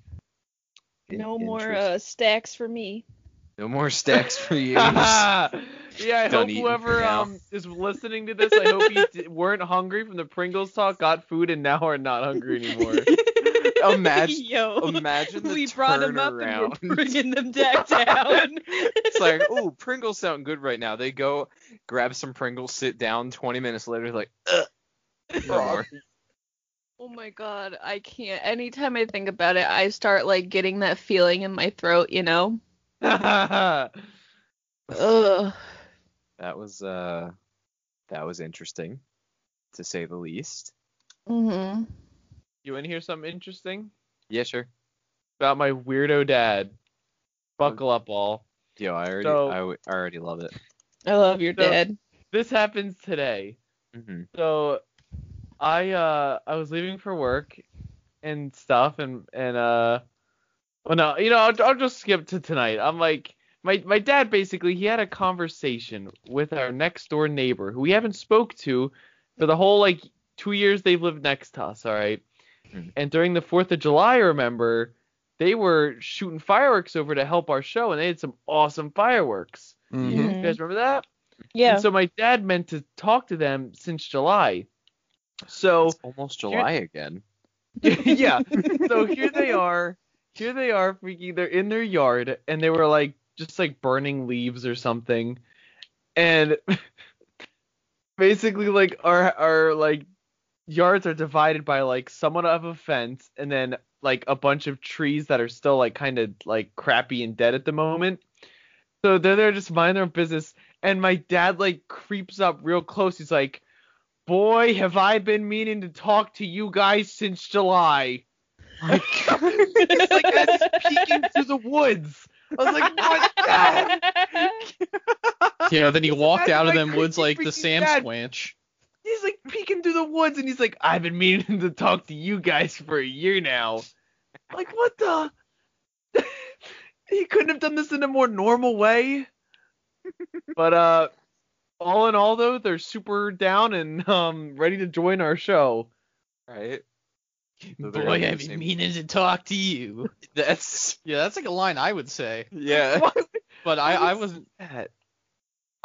S1: in-
S4: no more
S1: interest-
S4: uh, stacks for me
S1: no more stacks for you.
S3: yeah, I
S1: Done
S3: hope
S1: eating
S3: whoever
S1: now.
S3: um, is listening to this, I hope you d- weren't hungry from the Pringles talk, got food, and now are not hungry anymore.
S1: imagine
S4: yo
S1: imagine the
S4: we brought them up and
S1: turnaround.
S4: we're bringing them back down
S1: it's like, oh, Pringles sound good right now. They go grab some Pringles, sit down. Twenty minutes later, like, Ugh, no more.
S4: Oh my god, I can't. Anytime I think about it, I start like getting that feeling in my throat, you know?
S3: That's
S4: Ugh.
S1: that was uh, that was interesting, to say the least.
S4: Mhm.
S3: You want to hear something interesting
S1: Yeah, sure.
S3: about my weirdo dad? Buckle up, all.
S1: Yo, I already,
S3: So-
S1: I, w- I already love it.
S4: I love your
S3: So-
S4: dad.
S3: This happens today.
S1: hmm
S3: So I uh I was leaving for work and stuff and and uh well no you know I'll, I'll just skip to tonight. I'm like my my dad basically he had a conversation with our next door neighbor who we haven't spoke to for the whole like two years they've lived next to us. All right.
S1: Mhm.
S3: And during the Fourth of July, I remember they were shooting fireworks over to help our show and they had some awesome fireworks.
S2: Mhm.
S3: You guys remember that?
S4: Yeah.
S3: And so my dad meant to talk to them since July. So
S1: It's almost July again.
S3: yeah, so here they are. Here they are freaking they're in their yard and they were like just like burning leaves or something. And basically like our our like yards are divided by like somewhat of a fence and then like a bunch of trees that are still like kind of like crappy and dead at the moment. So they're there just mind their own business and my dad like creeps up real close. He's like Boy, have I been meaning to talk to you guys since July. It's like I was peeking through the woods. I was like, what the heck?
S2: You know, then he walked
S3: Imagine
S2: out of
S3: my
S2: them woods
S3: crazy
S2: like the
S3: freaking
S2: Sam
S3: dad.
S2: Squanch.
S3: He's like peeking through the woods and he's like, I've been meaning to talk to you guys for a year now. Like, what the? he couldn't have done this in a more normal way. But uh all in all though, they're super down and um ready to join our show.
S1: Right. So they're gonna
S2: Boy,
S1: be
S2: I've
S1: the
S2: been
S1: same-
S2: meaning to talk to you.
S1: That's
S2: Yeah, that's like a line I would say,
S1: yeah.
S3: What?
S2: but I, I wasn't.
S3: that?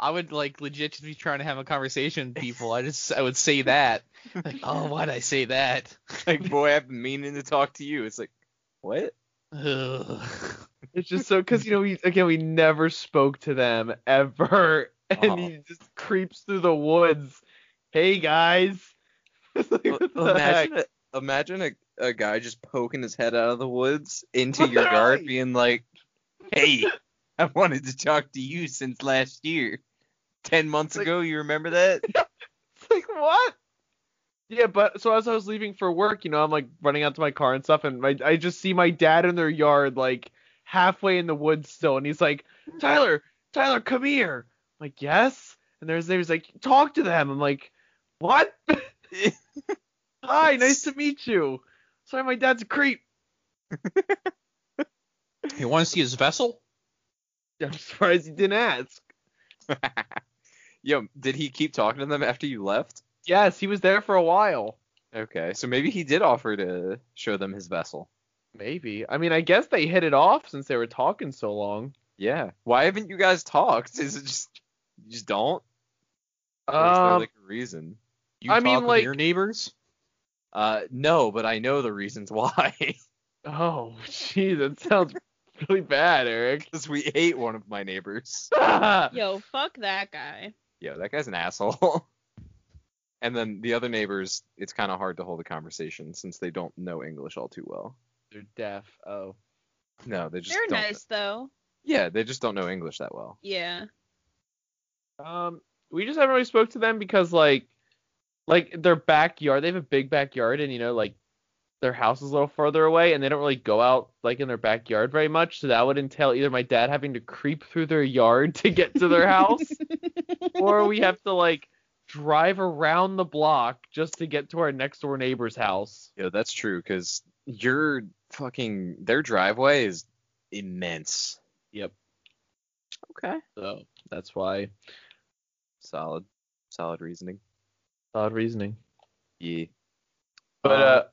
S2: I would like legit just be trying to have a conversation with people. I just I would say that. Like, oh, why'd I say that?
S1: Like, boy, I've been meaning to talk to you. It's like, what?
S2: Ugh.
S3: It's just so because you know we again we never spoke to them ever, and
S1: Uh-huh.
S3: he just creeps through the woods. Hey guys. It's like, what the heck?
S1: imagine a, imagine a, a guy just poking his head out of the woods into your yard
S3: Right.
S1: being like hey i wanted to talk to you since last year 10 months
S3: Like-
S1: ago you remember that
S3: It's like what? Yeah, but so as I was leaving for work, you know, I'm like running out to my car and stuff, and my, I just see my dad in their yard, like halfway in the woods still, and he's like, Tyler, Tyler, come here. I'm like, yes. And there's there's like, talk to them. I'm like, what? Hi, nice to meet you. Sorry, my dad's a creep.
S2: You want to see his vessel?
S3: I'm surprised you didn't ask.
S1: yo did he keep talking to them after you left
S3: Yes, he was there for a while.
S1: okay so maybe he did offer to show them his vessel
S3: Maybe. I mean, I guess they hit it off since they were talking so long.
S1: yeah why haven't you guys talked is it just you just don't or is there
S3: Um,
S1: like a reason
S2: You
S3: I
S2: talk
S3: mean,
S2: with
S3: like-
S2: your neighbors.
S1: uh no but i know the reasons why
S3: Oh, gee, that sounds really bad, Eric.
S1: because we ate one of my neighbors
S4: Yo, fuck that guy.
S1: yo, that guy's an asshole. and then the other neighbors, it's kind of hard to hold a conversation since they don't know English all too well.
S3: They're deaf. Oh.
S1: No, they just
S4: They're
S1: don't.
S4: nice though.
S1: Yeah, they just don't know English that well.
S4: Yeah.
S3: Um, we just haven't really spoke to them because like, like their backyard, they have a big backyard, and you know, like their house is a little further away, and they don't really go out like in their backyard very much. So that would entail either my dad having to creep through their yard to get to their house, or we have to like drive around the block just to get to our next door neighbor's house.
S1: Yeah, that's true because your fucking their driveway is immense.
S3: Yep.
S1: Okay.
S3: So that's why
S1: Solid, solid reasoning.
S3: solid reasoning.
S1: Yeah.
S3: But
S1: Um,
S3: uh,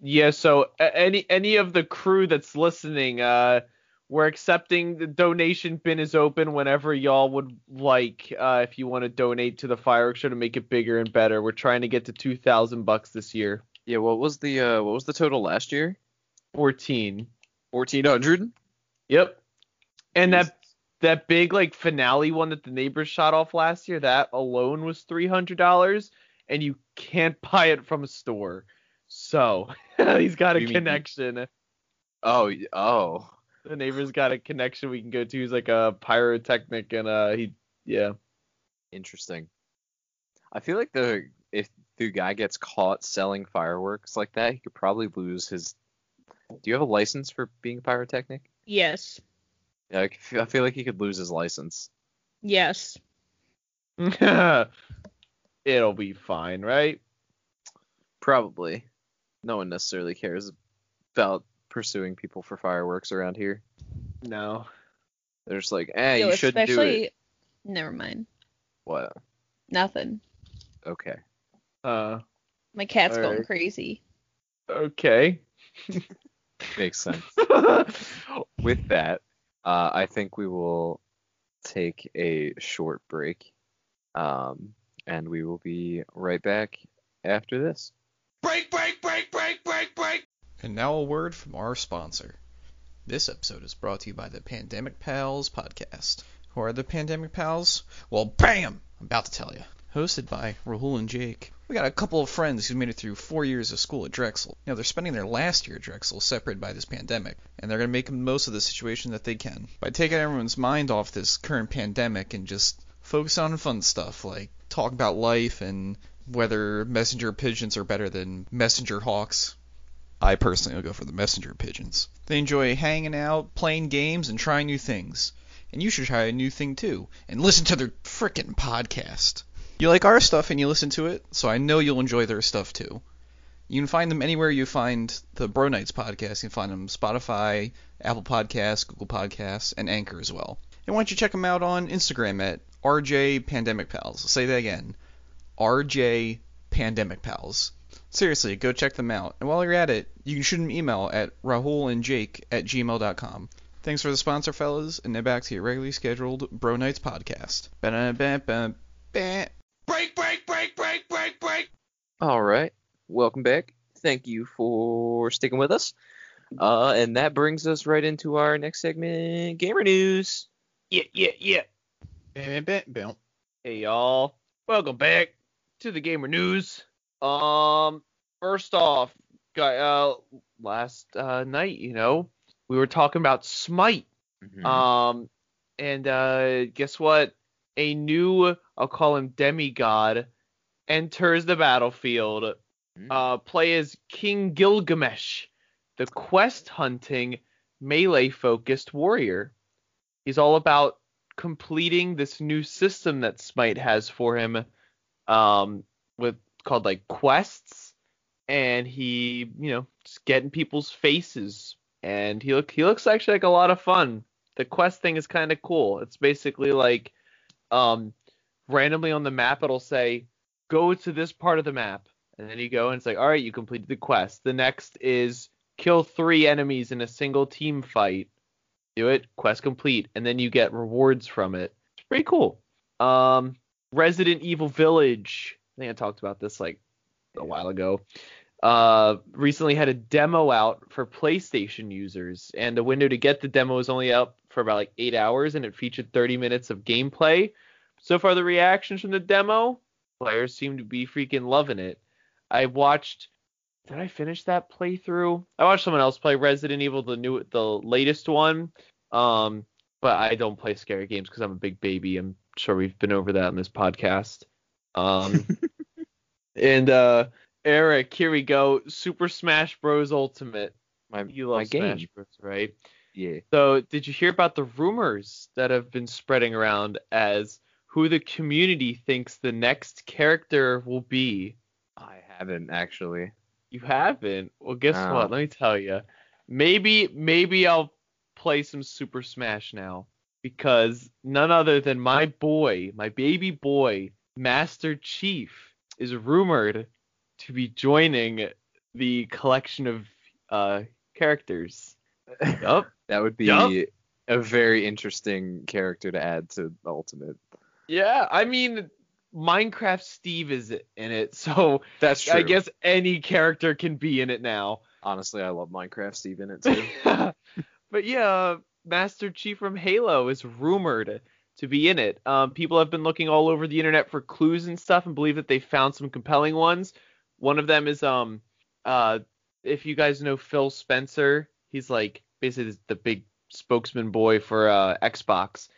S3: yeah, so a- any any of the crew that's listening, uh, we're accepting the donation bin is open whenever y'all would like. Uh, if you want to donate to the fireworks show to make it bigger and better, we're trying to get to two thousand bucks this year.
S1: Yeah. What was the uh what was the total last year?
S3: Fourteen.
S1: Fourteen hundred.
S3: Yep. And that that big like finale one that the neighbors shot off last year, that alone was three hundred dollars, and you can't buy it from a store. So he's got a
S1: You mean-
S3: connection.
S1: Oh. y- Oh.
S3: the neighbor's got a connection we can go to. He's like a pyrotechnic and uh he yeah.
S1: Interesting. I feel like the if the guy gets caught selling fireworks like that, he could probably lose his. Do you have a license for being a pyrotechnic?
S4: Yes.
S1: Yeah, I feel, I feel like he could lose his license.
S4: Yes.
S3: It'll be fine, right?
S1: Probably. No one necessarily cares about pursuing people for fireworks around here.
S3: No.
S1: They're just like, eh,
S4: Yo,
S1: you shouldn't do
S4: especially.
S1: it.
S4: Never mind.
S1: What?
S4: Nothing.
S1: Okay.
S3: Uh
S4: My cat's
S3: All
S4: going
S3: right.
S4: crazy.
S3: okay.
S1: Makes sense.
S3: All
S1: With that, uh, I think we will take a short break, um, and we will be right back after this.
S2: Break, break, break, break, break, break. And now a word from our sponsor. This episode is brought to you by the Pandemic Pals podcast. Who are the Pandemic Pals? Well, bam! I'm about to tell you. Hosted by Rahul and Jake. We got a couple of friends who made it through four years of school at Drexel. Now they're spending their last year at Drexel separated by this pandemic, and they're going to make the most of the situation that they can by taking everyone's mind off this current pandemic and just focus on fun stuff like talk about life and whether messenger pigeons are better than messenger hawks. I personally will go for the messenger pigeons. They enjoy hanging out, playing games, and trying new things. And you should try a new thing too, and listen to their frickin' podcast. You like our stuff and you listen to it, so I know you'll enjoy their stuff too. You can find them anywhere you find the Bro Nights podcast. You can find them on Spotify, Apple Podcasts, Google Podcasts, and Anchor as well. And why don't you check them out on Instagram at RJ Pandemic Pals. I'll say that again. RJ Pandemic Pals. Seriously, go check them out. And while you're at it, you can shoot an email at rahulandjake at gmail.com. Thanks for the sponsor, fellas, and now back to your regularly scheduled Bro Nights podcast. Ba-da-ba-ba-ba.
S1: Break, break, break, break, break, break. All right. Welcome back. Thank you for sticking with us. Uh, and that brings us right into our next segment, Gamer News.
S3: Yeah, yeah, yeah.
S2: Ba-ba-ba-ba.
S3: Hey y'all. Welcome back to the gamer news. Um first off, guy uh last uh night, you know, we were talking about Smite.
S1: Mm-hmm. Uh,
S3: Um and uh guess what? A new I'll call him demigod enters the battlefield.
S1: Hmm.
S3: Uh play as King Gilgamesh, the quest hunting melee focused warrior. He's all about completing this new system that Smite has for him, um, with called like quests, and he, you know, just getting people's faces, and he look he looks actually like a lot of fun. The quest thing is kind of cool. It's basically like, um, randomly on the map it'll say go to this part of the map, and then you go and it's like all right, you completed the quest. The next is kill three enemies in a single team fight do it, quest complete, and then you get rewards from it. It's pretty cool. Um, Resident Evil Village. I think I talked about this like a while ago. Uh, recently had a demo out for PlayStation users, and the window to get the demo was only up for about like eight hours, and it featured 30 minutes of gameplay. So far, the reactions from the demo players seem to be freaking loving it. I watched. Did I finish that playthrough? I watched someone else play Resident Evil, the new, the latest one. Um, but I don't play scary games because I'm a big baby. I'm sure we've been over that in this podcast. Um, and uh, Eric, here we go. Super Smash Bros. Ultimate.
S1: My,
S3: You love
S1: my
S3: Smash
S1: game.
S3: Bros. Right?
S1: Yeah.
S3: So, did you hear about the rumors that have been spreading around as who the community thinks the next character will be?
S1: I haven't actually.
S3: You haven't. Well, guess
S1: No.
S3: what? Let me tell you. Maybe maybe I'll play some Super Smash now because none other than my boy, my baby boy, Master Chief is rumored to be joining the collection of uh characters. Yup.
S1: That would be
S3: Yup.
S1: a very interesting character to add to the Ultimate.
S3: yeah, I mean Minecraft Steve is in it, so
S1: That's true.
S3: I guess any character can be in it now.
S1: honestly, I love Minecraft Steve in it too.
S3: but yeah, Master Chief from Halo is rumored to be in it. Um, people have been looking all over the internet for clues and stuff, and believe that they found some compelling ones. One of them is um, uh, if you guys know Phil Spencer, he's like basically the big spokesman boy for uh, Xbox,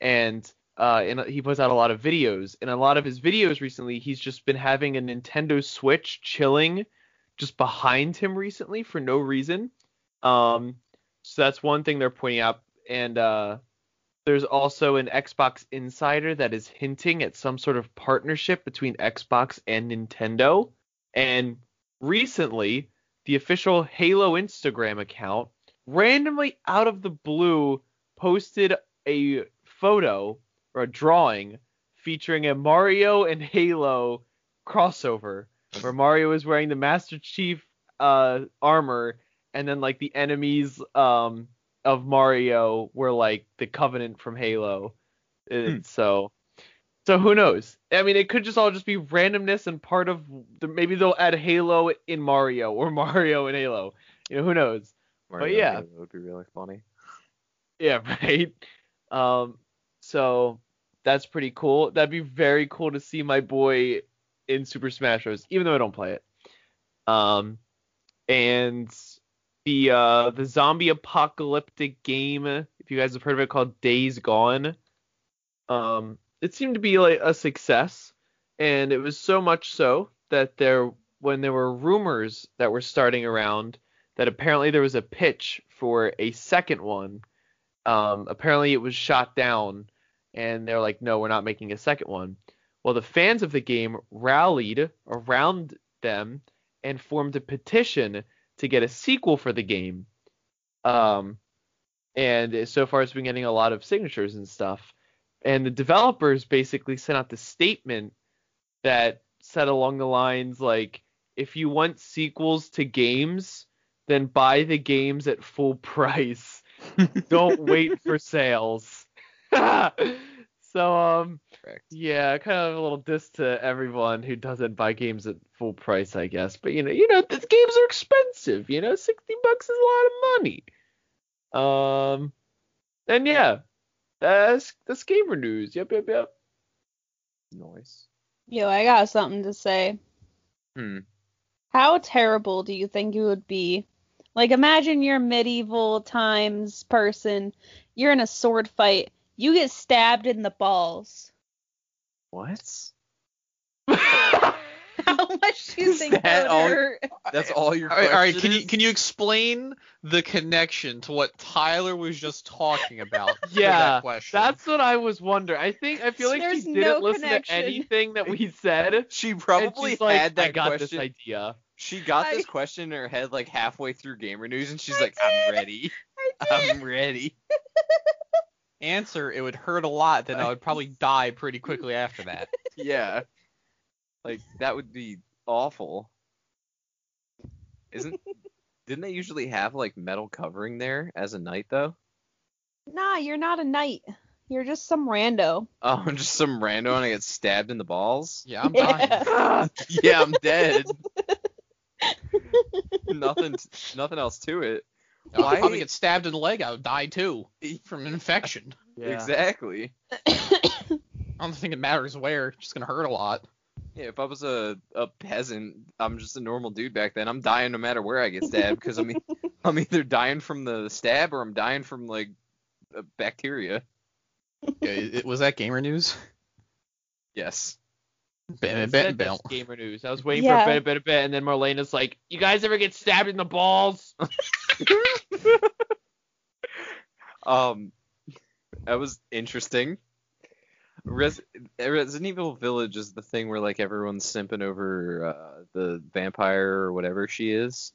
S3: and uh, and he puts out a lot of videos. And a lot of his videos recently, he's just been having a Nintendo Switch chilling just behind him recently for no reason. Um, so that's one thing they're pointing out. And uh, there's also an Xbox insider that is hinting at some sort of partnership between Xbox and Nintendo. And recently, the official Halo Instagram account randomly out of the blue posted a photo or a drawing featuring a Mario and Halo crossover where Mario is wearing the Master Chief uh, armor, and then like the enemies um, of Mario were like the Covenant from Halo. Uh,
S1: Hmm.
S3: So, so who knows? I mean, it could just all just be randomness and part of the, maybe they'll add Halo in Mario or Mario in Halo. You know, who knows?
S1: Mario
S3: yeah.
S1: Halo would be really funny.
S3: Yeah, right. Um, so that's pretty cool. That'd be very cool to see my boy in Super Smash Bros. Even though I don't play it. Um, and the uh the zombie apocalyptic game, if you guys have heard of it, called Days Gone. Um, it seemed to be like a success, and it was so much so that there when there were rumors that were starting around that apparently there was a pitch for a second one um, apparently it was shot down and they're like no we're not making a second one well the fans of the game rallied around them and formed a petition to get a sequel for the game um, and so far it's been getting a lot of signatures and stuff and the developers basically sent out the statement that said along the lines like if you want sequels to games then buy the games at full price Don't wait for sales. so um
S1: Correct.
S3: yeah, kind of a little diss to everyone who doesn't buy games at full price, I guess. But you know, you know, these games are expensive. You know, sixty bucks is a lot of money. Um, and yeah, that's that's gamer news. Yep, yep, yep.
S1: Noise.
S4: Yo, I got something to say.
S1: Hmm.
S4: How terrible do you think you would be? Like, imagine you're medieval times person. You're in a sword fight. You get stabbed in the balls.
S1: What?
S4: How much do you
S1: Is
S4: think that,
S1: that
S4: would
S1: all-
S4: hurt?
S1: That's all your
S2: All
S1: question
S2: right, all right. Can you
S1: is?
S2: can you explain the connection to what Tyler was just talking about? for
S3: Yeah,
S2: that question.
S3: That's what I was wondering. I think I feel like
S4: There's
S3: she
S4: no
S3: didn't listen
S4: connection.
S3: to anything that we said. and
S1: She probably
S3: she's like,
S1: had that
S3: I got
S1: question.
S3: this idea.
S1: She got
S4: I-
S1: this question in her head like halfway through Gamer News, and she's
S4: I
S1: like,
S4: did.
S1: "I'm ready.
S4: I did.
S1: I'm ready."
S2: answer. It would hurt a lot. Then I would probably die pretty quickly after that.
S1: Yeah. Like that would be awful. Isn't? didn't they usually have like metal covering there as a knight though?
S4: Nah, you're not a knight. You're just some rando.
S1: Oh, I'm just some random and I get stabbed in the balls.
S2: Yeah, I'm
S4: Yeah.
S2: dying.
S1: Yeah, I'm dead. nothing, nothing else to it.
S2: I would
S1: Why-
S2: probably get stabbed in the leg. I would die too from infection.
S1: Exactly.
S2: I don't think it matters where. It's just gonna hurt a lot.
S1: Yeah, if I was a, a peasant, I'm just a normal dude back then. I'm dying no matter where I get stabbed because I'm e- I'm either dying from the stab or I'm dying from like uh, bacteria.
S2: Yeah, it, it- was that gamer news?
S1: Yes.
S2: Bam, bam,
S3: Instead,
S2: bam.
S3: that's gamer news. I was waiting
S4: Yeah.
S3: for a bit, bit, bit, and then Marlena's like, "You guys ever get stabbed in the balls?" Oh,
S1: Um, that was interesting. Res- Resident Evil Village is the thing where like everyone's simping over uh, the vampire or whatever she is,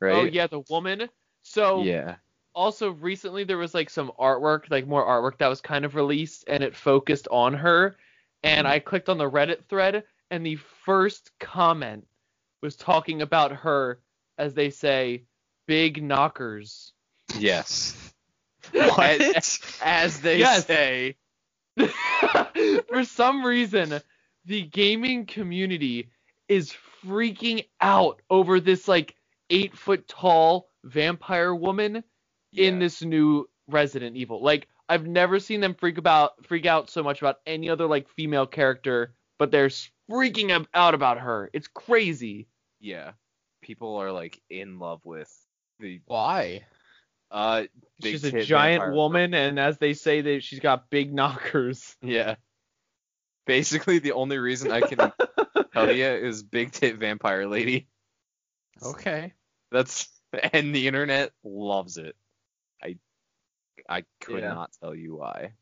S1: right?
S3: Oh yeah, the woman. So
S1: Yeah.
S3: also recently there was like some artwork, like more artwork that was kind of released, and it focused on her. And
S2: Mm-hmm.
S3: I clicked on the Reddit thread, and the first comment was talking about her, as they say, big knockers.
S1: Yes.
S2: What?
S1: As they
S3: Yes.
S1: say.
S3: For some reason, the gaming community is freaking out over this like eight foot tall vampire woman in
S1: Yeah.
S3: this new Resident Evil. Like I've never seen them freak about freak out so much about any other like female character, but they're freaking ab- out about her. It's crazy.
S1: yeah people are like in love with the
S2: Why?
S1: uh big
S3: she's a
S1: tit
S3: giant
S1: vampire.
S3: woman, and as they say, that she's got big knockers.
S1: yeah basically the only reason i can tell you is big tit vampire lady
S2: Okay.
S1: that's and the internet loves it i i could
S3: Yeah.
S1: not tell you why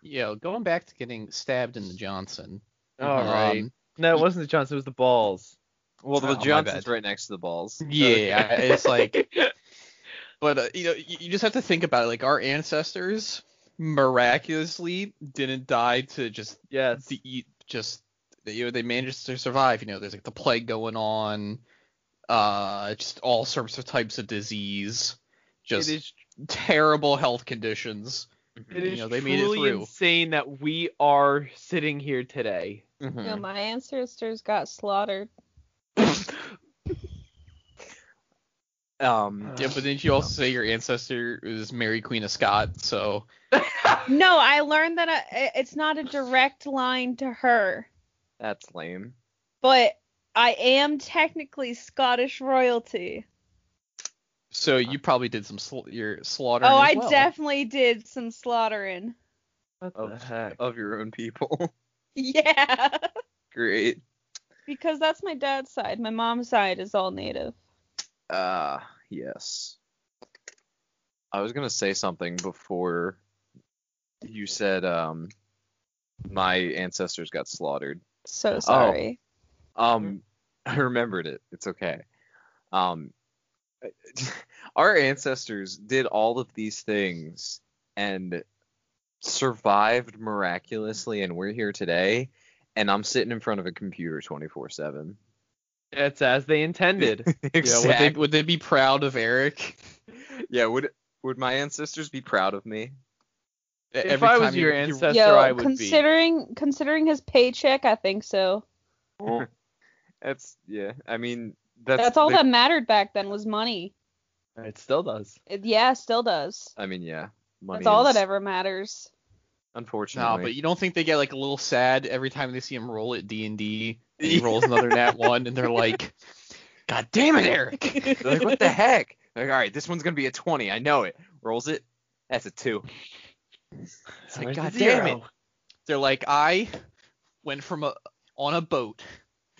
S2: Yo, going back to getting stabbed in the Johnson.
S3: All right.
S2: um,
S3: No, it wasn't the Johnson. It was the balls.
S1: well the
S2: Oh, my
S1: johnson's
S2: bad.
S1: right next to the balls
S2: Yeah, it's like But uh, you know, you, you just have to think about it. Like our ancestors miraculously didn't die to just
S3: yes.
S2: to eat. Just you know, they managed to survive. You know, there's like the plague going on, uh, just all sorts of types of disease, just
S3: it is,
S2: terrible health conditions.
S3: it
S2: you
S3: is
S2: know, they made it
S3: truly
S2: through.
S3: insane that we are sitting here today.
S1: Mhm.
S4: No, my ancestors got slaughtered.
S1: um
S2: Yeah, but didn't you also say your ancestor is Mary Queen of Scott? So
S4: No, I learned that I, it's not a direct line to her,
S1: that's lame
S4: but I am technically Scottish royalty.
S2: so you probably did some sl- your slaughter.
S4: Oh, I
S2: well.
S4: definitely did some slaughtering.
S3: What
S1: the
S3: heck?
S1: of your own people
S4: Yeah,
S1: great
S4: because that's my dad's side. My mom's side is all native.
S1: Uh, yes. I was gonna say something before you said um my ancestors got slaughtered.
S3: Oh,
S4: So sorry.
S1: Um,
S4: Mm-hmm.
S1: I remembered it. It's okay. Um, our ancestors did all of these things and survived miraculously, and we're here today. And I'm sitting in front of a computer 24/7.
S3: It's as they intended.
S2: Yeah, would they would they be proud of Eric?
S1: Yeah, would would my ancestors be proud of me?
S3: if I was
S2: he-
S3: your
S2: he-
S3: ancestor,
S4: Yo,
S3: I would
S4: considering considering his paycheck, I think so.
S1: That's yeah. I mean, that's,
S4: That's, all
S1: the-
S4: that mattered back then was money.
S3: be. It still does.
S4: It, yeah, still does.
S1: I mean, yeah. Money
S4: That's all
S1: is-
S4: that ever matters.
S1: Unfortunately.
S2: No, but you don't think they get like a little sad every time they see him roll at D and D? He rolls another nat one, and they're like, "God damn it, Eric!"
S1: They're like, what the heck? They're like, all right, this one's gonna be a twenty. I know it. Rolls it. That's a two.
S3: It's
S2: like, "God damn it." They're like, "I went from a on a boat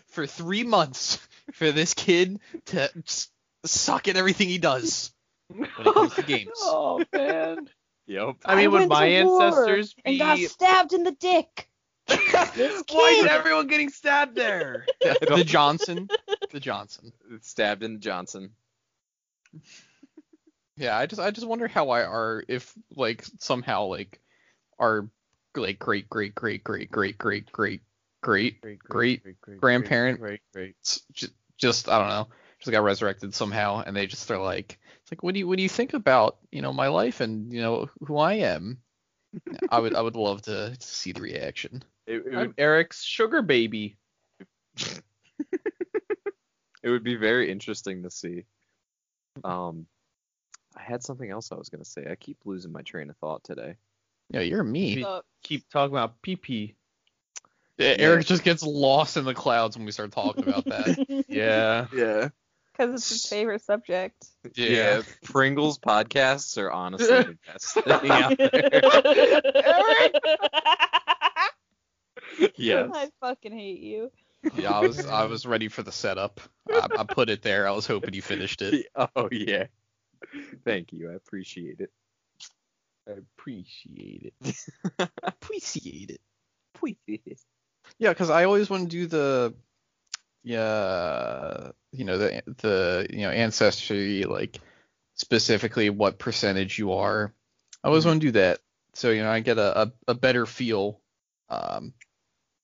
S2: for three months for this kid to s- suck at everything he does when it comes to games."
S3: Oh man.
S1: Yep.
S3: I mean, would
S4: went to
S3: my
S4: war
S3: ancestors
S4: and got
S3: be?
S4: stabbed in the dick.
S3: Why is everyone getting stabbed there?
S2: the Johnson, the Johnson.
S1: Stabbed in Johnson.
S2: Yeah, I just I just wonder how I are if like somehow like our like great great great great great great great great Great grandparent.
S3: Great, great.
S2: just, just I don't know just got resurrected somehow and they just they're like it's like what do you what do you think about you know my life and you know who I am. I would I would love to see the reaction.
S1: It, it,
S3: I'm
S1: would,
S3: Eric's sugar baby.
S1: it would be very interesting to see. Um, I had something else I was gonna say. I keep losing my train of thought today.
S2: Yeah, you're me. E-,
S4: Look,
S3: Keep talking about pee pee.
S2: Eric just gets lost in the clouds when we start talking about that.
S3: Yeah.
S1: Yeah.
S4: because it's his favorite subject.
S1: Yeah. Pringles podcasts are honestly the best thing out there.
S4: Eric!
S1: Yes.
S4: I fucking hate you.
S2: Yeah, I was I was ready for the setup. I, I put it there. I was hoping you finished it.
S1: Oh yeah. Thank you. I appreciate it.
S3: I appreciate it.
S2: Appreciate it. Yeah, because I always want to do the, yeah, you know the the you know ancestry like specifically what percentage you are. I always
S1: Mhm.
S2: want to do that so you know I get a a, a better feel. Um,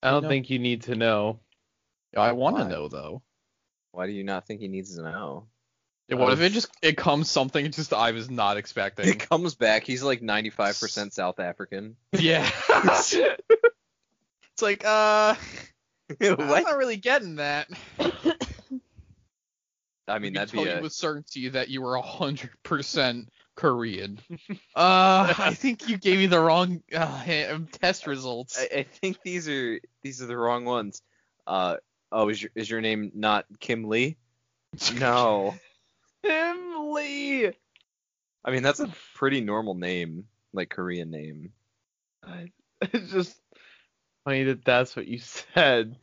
S3: I don't
S2: No.
S3: think you need to know.
S2: I want to
S1: Why?
S2: know though.
S1: Why do you not think he needs to know?
S2: Yeah, What
S3: Oh.
S2: if it just it comes something just I was not expecting?
S1: He comes back. He's like 95% South African.
S2: yeah. it's like uh, I'm not really getting that.
S1: I mean,
S2: I
S1: that'd
S2: tell
S1: be
S2: you
S1: a,
S2: with certainty that you were hundred percent Korean. uh, I think you gave me the wrong uh, ha- test results.
S1: I, I think these are these are the wrong ones. Uh oh, is your is your name not Kim Lee? No.
S3: Emily.
S1: I mean, that's a pretty normal name, like Korean name.
S3: I- It's just funny that that's what you said.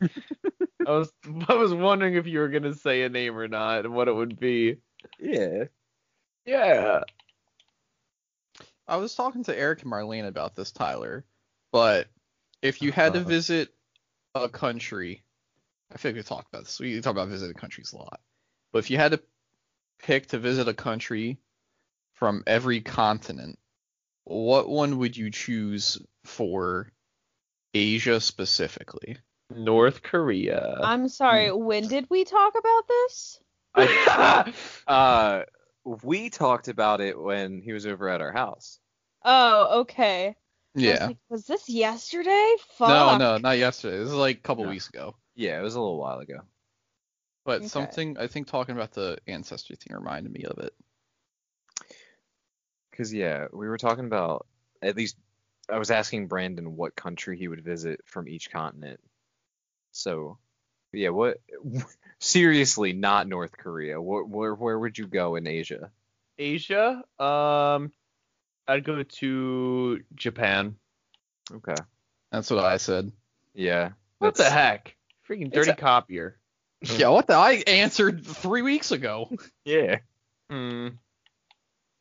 S3: I was I was wondering if you were gonna say a name or not and what it would be.
S1: Yeah.
S3: Yeah.
S2: I was talking to Eric and Marlene about this, Tyler, but if you had to
S1: Uh-huh.
S2: visit a country, I think we talked about this. We talk about visiting countries a lot, but if you had to pick to visit a country from every continent, what one would you choose for Asia specifically?
S3: North
S2: Uh,
S3: Korea.
S4: I'm sorry.
S2: mm.
S4: When did we talk about this?
S1: I, uh, we talked about it when he was over at our house.
S4: Oh, okay. I was,
S2: Yeah.
S4: like, was this yesterday? Fuck.
S2: No, no, not yesterday. This is like a couple
S1: No.
S2: weeks ago.
S1: Yeah, it was a little while ago.
S2: But
S4: Okay.
S2: something I think talking about the ancestry thing reminded me of it.
S1: Cause yeah, we were talking about at least I was asking Brandon what country he would visit from each continent. So, yeah, what seriously not North Korea. Where where, where would you go in Asia?
S3: Asia. Um, I'd go to Japan.
S1: Okay.
S2: That's what I said.
S1: Yeah.
S3: What the
S1: that's-
S3: heck? Freaking dirty
S2: a-
S3: copier.
S2: yeah, what the? I answered three weeks ago.
S1: Yeah.
S3: Mm.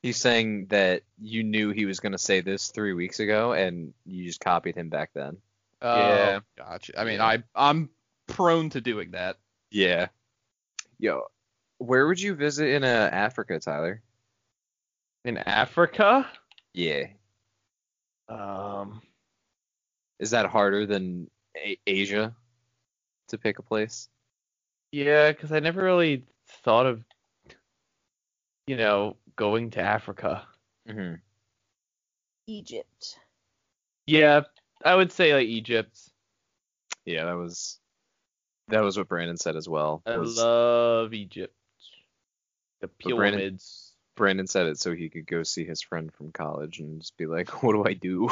S1: He's saying that you knew he was going to say this 3 weeks ago and you just copied him back then.
S3: Yeah.
S2: Oh, gotcha. I mean,
S1: Yeah.
S2: I I'm prone to doing that.
S1: Yeah. Yo, where would you visit in uh, Africa, Tyler?
S3: In Africa.
S1: Yeah.
S3: Um,
S1: Is that harder than a- Asia to pick a place?
S3: Yeah, because I never really thought of, you know, going to Africa.
S1: hmm
S4: Egypt.
S3: Yeah, I would say like Egypt.
S1: Yeah, that was that was what Brandon said as well.
S3: I
S1: was-
S3: love Egypt. The
S1: But Brandon-
S3: pyramids.
S1: Brandon said it so he could go see his friend from college and just be like, "What do I do?"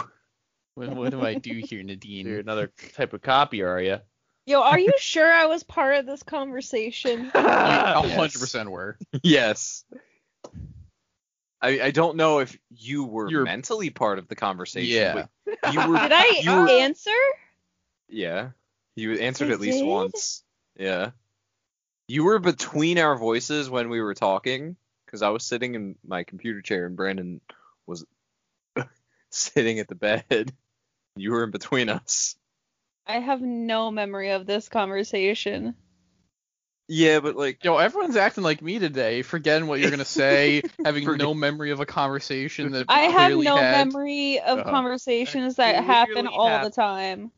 S2: What, what do I do here, Nadine?
S3: You're another type of copy, are you?
S4: Yo, are you sure I was part of this conversation? Uh,
S2: A
S1: Yes.
S2: hundred percent were.
S1: yes. I, I don't know if you were
S2: You're-
S1: mentally part of the conversation.
S2: Yeah.
S1: but You were.
S4: Did I
S1: You were-
S4: answer?
S1: Yeah. You answered
S4: I
S1: at least
S4: did?
S1: once. Yeah. You were between our voices when we were talking because I was sitting in my computer chair and Brandon was sitting at the bed. You were in between us.
S4: I have no memory of this conversation.
S1: Yeah, but like
S2: Yo, everyone's acting like me today, forgetting what you're gonna say, having
S1: Forget-
S2: no memory of a conversation that
S4: I have
S2: clearly
S4: no
S2: had.
S4: memory of
S2: Uh-huh.
S4: conversations
S3: That
S4: that happen
S3: clearly
S4: all
S3: happened.
S4: the time.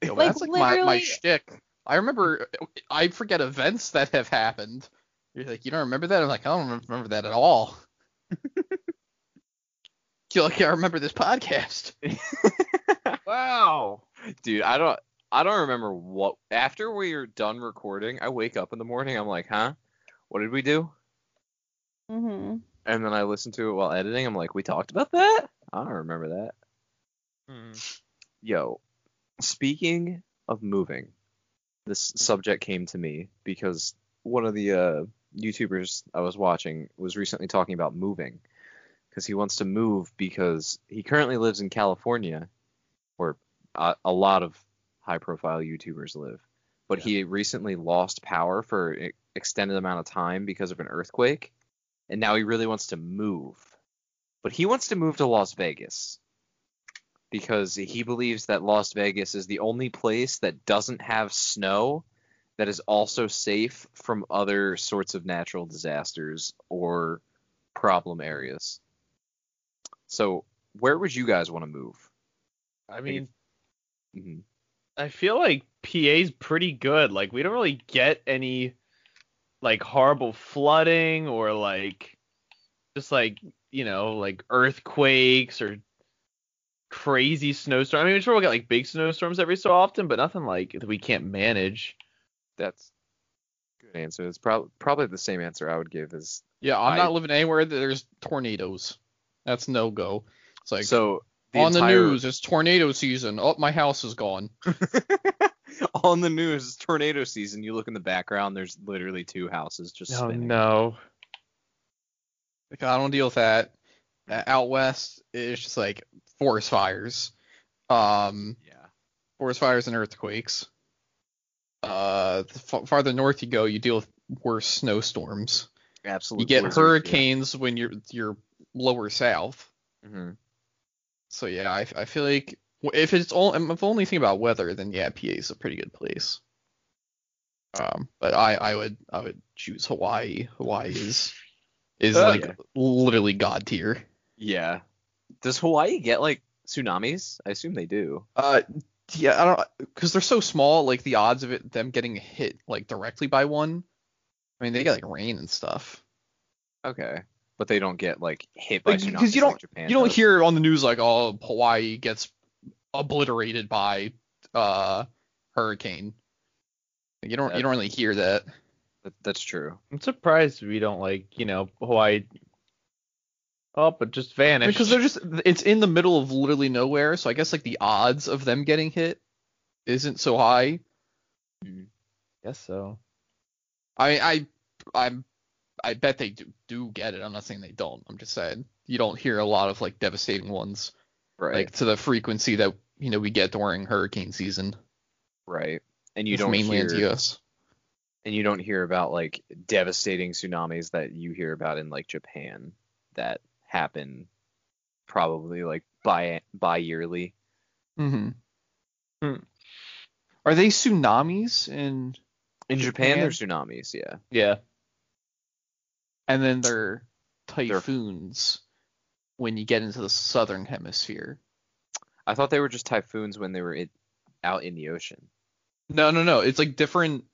S2: Yo,
S4: Like,
S2: that's like my, my
S4: literally-
S2: shtick. I remember, I forget events that have happened. You're like, you don't remember that? I'm like, I don't remember that at all. You're like, I remember this podcast.
S3: Wow.
S1: dude i don't i don't remember what after we're done recording i wake up in the morning i'm like huh what did we do
S4: hmm
S1: and then i listen to it while editing i'm like we talked about that i don't remember that
S3: Hmm.
S1: yo speaking of moving this subject came to me because one of the uh, youtubers i was watching was recently talking about moving because he wants to move because he currently lives in california where uh, a lot of high profile youtubers live but he recently lost power for an extended amount of time because of an earthquake and now he really wants to move but he wants to move to las vegas because he believes that Las Vegas is the only place that doesn't have snow that is also safe from other sorts of natural disasters or problem areas. So, where would you guys want to move?
S3: I mean,
S1: hmm
S3: I feel like PA's pretty good. Like we don't really get any like horrible flooding or like just like, you know, like earthquakes or crazy snowstorm. I mean, sure we'll get like big snowstorms every so often, but nothing like that we can't manage.
S1: That's a good answer. It's probably probably the same answer I would give is
S2: Yeah, I'm
S1: I-
S2: not living anywhere that there's tornadoes. That's no go. It's like
S1: so the
S2: on
S1: entire-
S2: the news, it's tornado season. Oh, my house is gone.
S1: on the news it's tornado season. You look in the background, there's literally two houses just
S3: Oh
S1: spinning.
S3: no.
S2: Like, I don't deal with that. Uh, Out west, it's just like forest fires, um,
S1: Yeah.
S2: forest fires and earthquakes. Uh, the fa- farther north you go, you deal with worse snowstorms.
S1: Absolutely.
S2: You get hurricanes when you're you're lower south.
S1: hmm
S2: So yeah, I, I feel like w- if it's all if the only thing about weather, then yeah, PA is a pretty good place. Um, but I I would I would choose Hawaii. Hawaii is is
S1: Oh,
S2: like
S1: yeah.
S2: literally god tier.
S1: Yeah. Does Hawaii get like tsunamis? I assume they do.
S2: Uh, yeah, I don't because they're so small. Like the odds of it them getting hit like directly by one. I mean, they get like rain and stuff.
S1: Okay. But they don't get like hit by
S2: Like,
S1: tsunamis
S2: 'cause you
S1: like
S2: don't-
S1: Japan
S2: you don't
S1: does.
S2: hear on the news like oh Hawaii gets obliterated by uh hurricane. Like, You don't you don't really hear that.
S1: That- that's true.
S3: I'm surprised we don't like, you know, Hawaii Oh, but just vanished.
S2: Because they're just it's in the middle of literally nowhere, so I guess like the odds of them getting hit isn't so high.
S3: Yes, so.
S2: I I I'm I bet they do, do get it. I'm not saying they don't. I'm just saying you don't hear a lot of like devastating ones
S1: Right.
S2: like to the frequency that you know we get during hurricane season.
S1: right. And you
S2: with
S1: don't
S2: mainland
S1: hear
S2: US.
S1: and you don't hear about like devastating tsunamis that you hear about in like Japan that happen probably like bi bi yearly.
S2: Mm-hmm.
S3: Hmm.
S2: Are they tsunamis and
S1: In Japan,
S2: Japan?
S1: there's tsunamis, yeah.
S3: Yeah.
S2: and then they're typhoons when you get into the southern hemisphere?
S1: I thought they were just typhoons when they were in, out in the ocean.
S2: No, no, no. It's like different.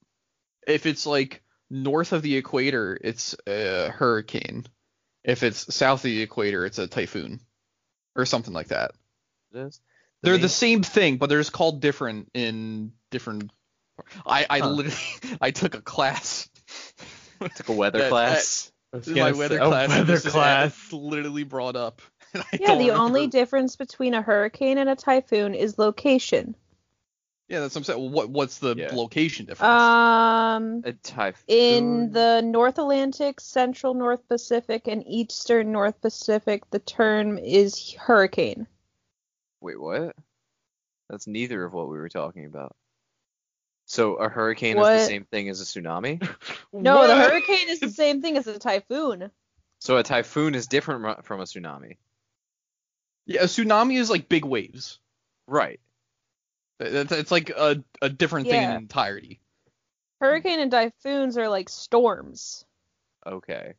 S2: If it's like north of the equator, it's a hurricane. If it's south of the equator, it's a typhoon or something like that.
S3: It is.
S2: They're
S3: name-
S2: the same thing, but they're just called different in different. I I
S3: Huh.
S2: literally I took a class.
S1: Took a weather
S2: That- that-
S1: class.
S3: I was
S2: This is
S3: gonna
S2: my weather
S3: say- oh,
S2: class. and
S3: weather
S2: this is-
S3: class.
S2: it's literally brought up. and I
S4: Yeah,
S2: don't
S4: the only
S2: remember.
S4: difference between a hurricane and a typhoon is location.
S2: Yeah, that's what I'm saying. Well, what what's the
S3: Yeah.
S2: location difference?
S4: Um,
S1: A typhoon.
S4: in the North Atlantic, Central North Pacific, and Eastern North Pacific, the term is hurricane.
S1: Wait, what? That's neither of what we were talking about. So a hurricane is
S4: What?
S1: the same thing as a tsunami.
S4: No, the
S3: What?
S4: hurricane is the same thing as a typhoon.
S1: So a typhoon is different ru- from a tsunami.
S2: yeah, a tsunami is like big waves.
S1: Right.
S2: That- that's- It's like a a different thing
S4: Yeah.
S2: in entirety.
S4: Hurricane and typhoons are like storms.
S1: Okay.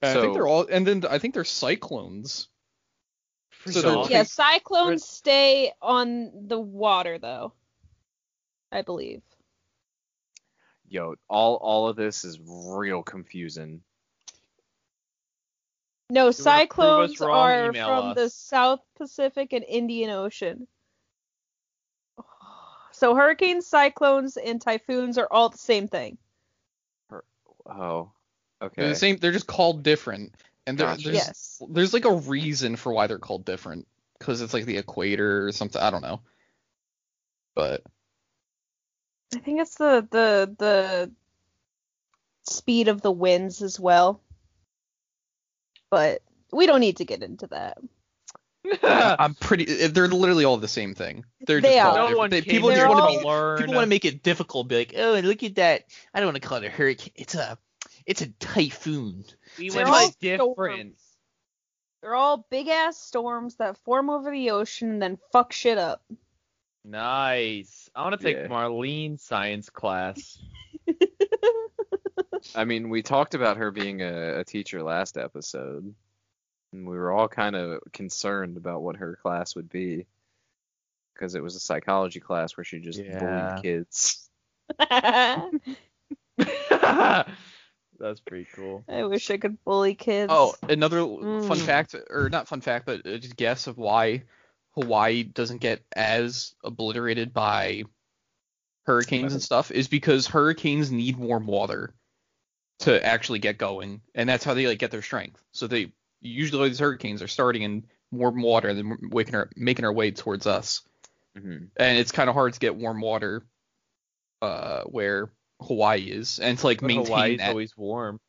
S2: And Uh, I
S1: So-
S2: think they're all, and then I think they're cyclones.
S3: First
S2: So
S3: of
S2: they're-
S3: all,
S2: Okay.
S4: Yeah, cyclones stay on the water though. I believe.
S1: Yo, all all of this is real confusing.
S4: No,
S3: prove us
S4: cyclones
S3: wrong,
S4: are
S3: email
S4: from
S3: us.
S4: the South Pacific and Indian Ocean. So hurricanes, cyclones, and typhoons are all the same thing.
S1: Oh.
S2: They're
S1: Okay.
S2: the same. They're just called different, and they're-
S1: Gotcha.
S2: there's
S4: Yes.
S2: there's like a reason for why they're called different because it's like the equator or something. I don't know. But
S4: I think it's the the the speed of the winds as well. But we don't need to get into that.
S2: I- I'm pretty. eh, They're literally all the same thing. They're just
S4: They
S2: called
S4: are.
S2: different.
S3: no one
S2: They-
S3: came
S2: people
S4: here
S2: just
S4: to
S2: want to
S3: learn.
S5: People want to make it difficult, be like, oh, look at that. I don't want to call it a hurricane. It's a, it's a typhoon.
S3: we
S4: They're
S3: went
S4: all
S3: to different.
S4: storms. They're all big ass storms that form over the ocean and then fuck shit up.
S3: Nice. I want to take
S1: Yeah.
S3: Marlene science class.
S1: I mean, we talked about her being a, a teacher last episode, and we were all kind of concerned about what her class would be because it was a psychology class where she just
S3: Yeah.
S1: bullied kids.
S4: I
S3: That's pretty cool.
S4: wish I could bully kids.
S2: Oh, another l- fun
S4: Mm.
S2: fact, or not fun fact, but a just guess of why Hawaii doesn't get as obliterated by hurricanes and stuff is because hurricanes need warm water to actually get going, and that's how they like get their strength. So they usually these hurricanes are starting in warm water and then waking our, making our way towards us,
S1: Mhm.
S2: and it's kind of hard to get warm water uh, where Hawaii is, and to like
S3: But
S2: maintain
S3: Hawaii's
S2: that.
S3: always warm.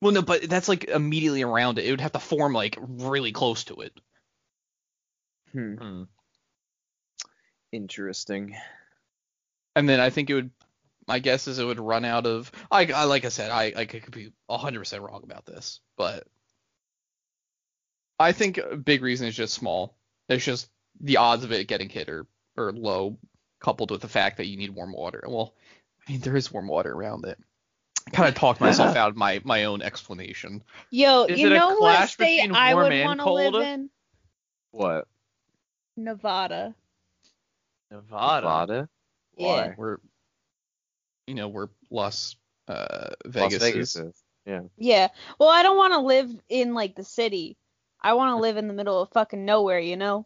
S2: Well, no, but that's like immediately around it. It would have to form like really close to it.
S3: Hmm.
S1: Interesting.
S2: And then I think it would, my guess is it would run out of. I, I like I said, I, I could be 100% wrong about this, but I think a big reason is just small. It's just the odds of it getting hit are, are low, coupled with the fact that you need warm water. Well, I mean, there is warm water around it. I kind of talked myself out of my, my own explanation.
S4: Yo,
S3: Is
S4: you
S3: it a
S4: know what
S3: clash
S4: state
S3: between
S4: I
S3: warm
S4: would
S3: and
S4: want to
S3: cold?
S4: live in?
S1: What?
S4: Nevada.
S3: Nevada.
S1: Nevada?
S4: Yeah.
S1: Why?
S2: We're, you know, we're Las uh, Vegas.
S1: Las Vegas. is.
S4: Yeah. Well, I don't want to live in like the city. I want to live in the middle of fucking nowhere, you know?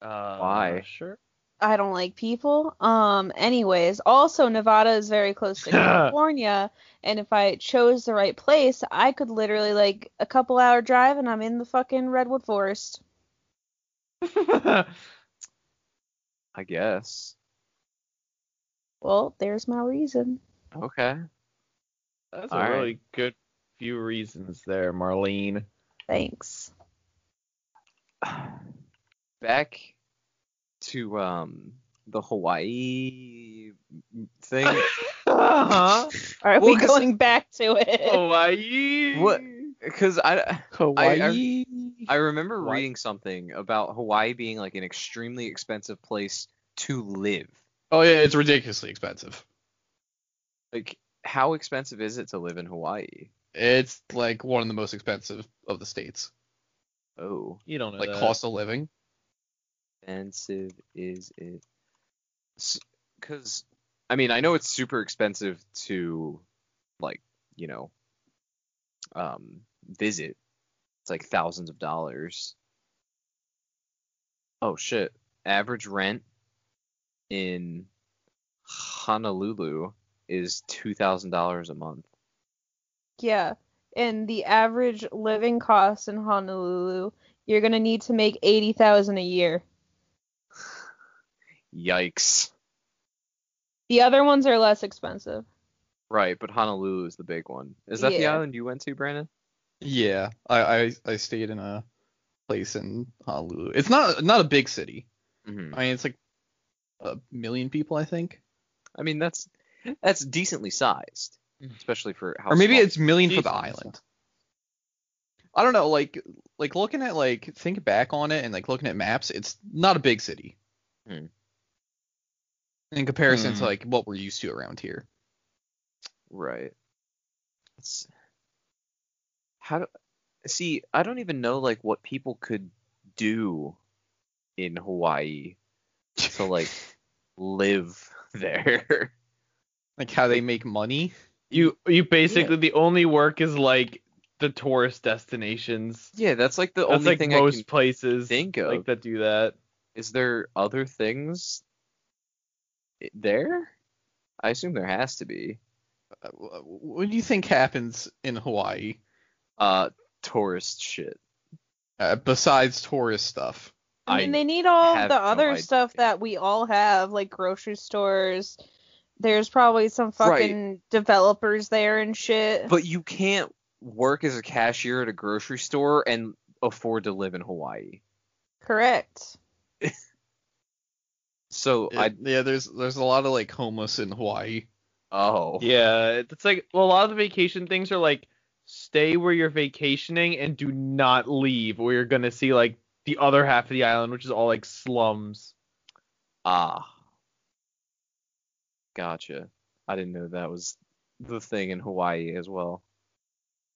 S3: Uh,
S1: Why?
S3: Sure.
S4: I don't like people. Um anyways, also Nevada is very close to California, and if I chose the right place, I could literally like a couple hour drive and I'm in the fucking redwood forest.
S1: I guess.
S4: Well, there's my reason.
S1: Okay.
S3: That's
S1: All
S3: a
S1: right.
S3: really good few reasons there, Marlene.
S4: Thanks.
S1: Back to um the Hawaii thing.
S3: Uh-huh.
S4: All right,
S1: Well,
S4: we're
S1: 'cause- Oh.
S4: going back to it.
S3: Hawaii.
S1: What? Because I.
S2: Hawaii.
S1: I remember
S3: Hawaii.
S1: reading something about Hawaii being like an extremely expensive place to live.
S2: Oh yeah, it's ridiculously expensive.
S1: Like, how expensive is it to live in Hawaii?
S2: It's like one of the most expensive of the states.
S1: Oh,
S3: You don't know
S2: Like
S3: that.
S2: cost of living.
S1: expensive is it? Because, I mean, I know it's super expensive to, like, you know, um, visit. It's like thousands of dollars. Oh shit. Average rent in Honolulu is two thousand dollars a month.
S4: Yeah. And the average living cost in Honolulu, you're gonna need to make eighty thousand a year.
S1: Yikes.
S4: The other ones are less expensive.
S1: Right, but Honolulu is the big one. Is that the
S4: Yeah.
S1: island you went to, Brandon?
S2: Yeah, I, I I stayed in a place in Honolulu. It's not not a big city.
S1: hmm
S2: I mean, it's like a million people, I think,
S1: I mean that's that's decently sized, especially for how.
S2: or maybe
S1: small-
S2: it's million for the
S3: Jesus.
S2: island. I don't know. Like like looking at like think back on it and like looking at maps, it's not a big city.
S1: Hmm.
S2: In comparison
S3: Hmm.
S2: to like what we're used to around here.
S1: Right. It's, how do see? I don't even know like what people could do in Hawaii to like live there.
S2: Like how they make money.
S3: You you basically the only work is like the tourist destinations.
S1: yeah, that's like the
S3: That's
S1: only
S3: like
S1: thing
S3: most
S1: I can
S3: places
S1: think of.
S3: like that do that.
S1: Is there other things i- there? I assume there has to be.
S2: Uh, wh- What do you think happens in Hawaii
S1: Uh, tourist shit.
S2: uh, besides tourist stuff?
S4: I mean,
S1: I
S4: they need all
S1: have
S4: the
S1: no
S4: other
S1: idea.
S4: stuff that we all have, like grocery stores. There's probably some fucking developers there and shit.
S1: But you can't work as a cashier at a grocery store and afford to live in Hawaii.
S4: Correct.
S1: So
S2: Yeah,
S1: I
S2: yeah, there's there's a lot of like homeless in Hawaii.
S1: oh
S3: Yeah, it's like well, a lot of the vacation things are like stay where you're vacationing and do not leave, or you're gonna see like the other half of the island, which is all like slums.
S1: ah gotcha. I didn't know that was the thing in Hawaii as well.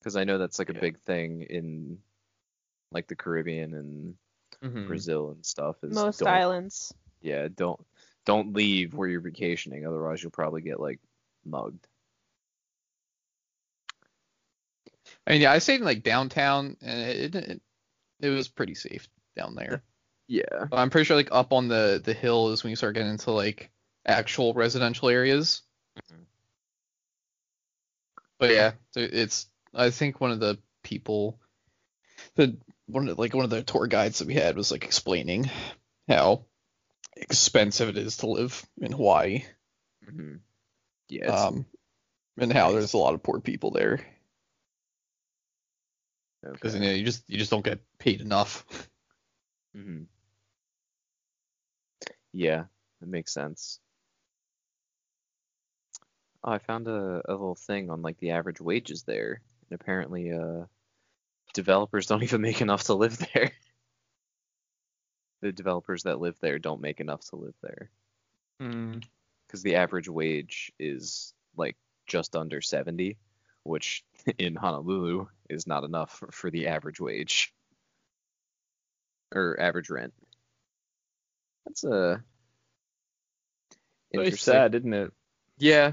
S1: Because I know that's like a
S3: Yeah.
S1: big thing in like the Caribbean and
S3: Mm-hmm.
S1: Mm-hmm. Brazil and stuff. Is
S4: Most
S1: don't-
S4: islands.
S1: Yeah, don't don't leave where you're vacationing, otherwise you'll probably get like mugged.
S2: I mean, yeah, I stayed in like downtown, and it it, it was pretty safe down there.
S1: Yeah.
S2: But I'm pretty sure like up on the the hill is when you start getting into like actual residential areas.
S1: Mhm.
S2: But yeah, so it's I think one of the people, the one of like one of the tour guides that we had was like explaining how expensive it is to live in Hawaii.
S3: Mm-hmm.
S1: hmm Yeah. it's-
S2: um, and how
S1: Nice.
S2: there's a lot of poor people there because
S1: okay.
S2: you, know, you just you just don't get paid enough.
S1: hmm Yeah, that makes sense. Oh, I found a, a little thing on like the average wages there, and apparently, uh, developers don't even make enough to live there. The developers that live there don't make enough to live there
S3: Hmm.
S1: because the average wage is like just under 70, which in Honolulu is not enough for, for the average wage or average rent. That's uh, a
S3: Very sad, isn't it?
S1: Yeah,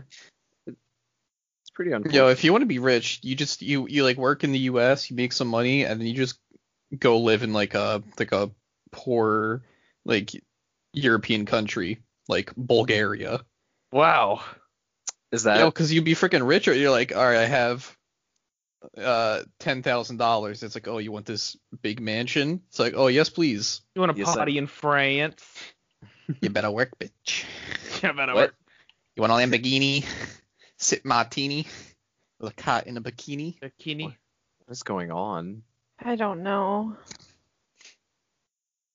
S1: it's pretty unfortunate.
S2: Yo, if you want to be rich, you just you you like work in the U.S., you make some money, and then you just go live in like a like a poor like European country like Bulgaria.
S3: Wow.
S1: is
S2: You
S1: that
S2: because you'd be freaking rich, or you're like, all right, I have uh ten thousand dollars. It's like, oh, you want this big mansion? It's like, oh yes, please.
S3: You want to
S1: Yes, I-
S3: potty in France?
S2: You better work, bitch.
S3: Yeah, man, I
S1: What?
S3: work-
S2: You want a Lamborghini? Sit martini? Look hot in a bikini?
S3: Bikini.
S1: what's going on?
S4: I don't know.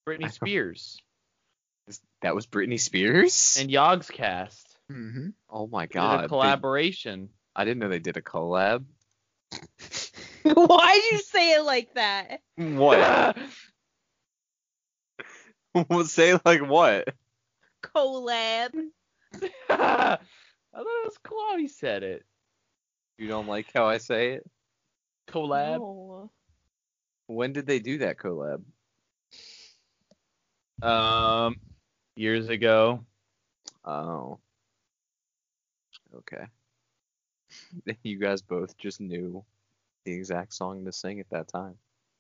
S1: I
S3: Britney
S1: don't-
S3: Spears
S1: Is- That was Britney Spears?
S3: and Yogg's cast.
S2: Mm-hmm.
S1: oh my
S3: Did
S1: god.
S3: a
S1: they-
S3: collaboration.
S1: I didn't know they did a collab.
S4: Why'd you say it like that?
S1: What? Say like what?
S4: Collab.
S3: I thought it was cool how he said it.
S1: You don't like how I say it?
S3: Collab.
S4: No.
S1: When did they do that collab?
S3: Um, years ago.
S1: Oh. Okay. You guys both just knew the exact song to sing at that time.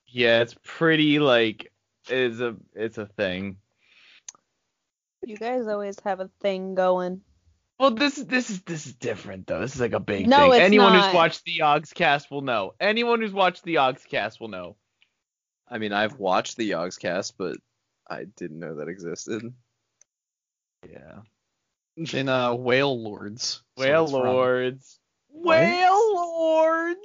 S3: Yeah, it's pretty like it's a it's a thing.
S4: You guys always have a thing going.
S3: Well, this this is this is different though. This is like a big
S4: No,
S3: thing.
S4: it's
S3: Anyone
S4: not.
S3: who's watched the Ogscast will know. Anyone who's watched the Ogscast will know.
S1: I mean, I've watched the Yogs cast, but I didn't know that existed.
S3: Yeah.
S2: in uh, Whale Lords. so
S3: Whale
S2: it's from-
S3: lords. Whale lords.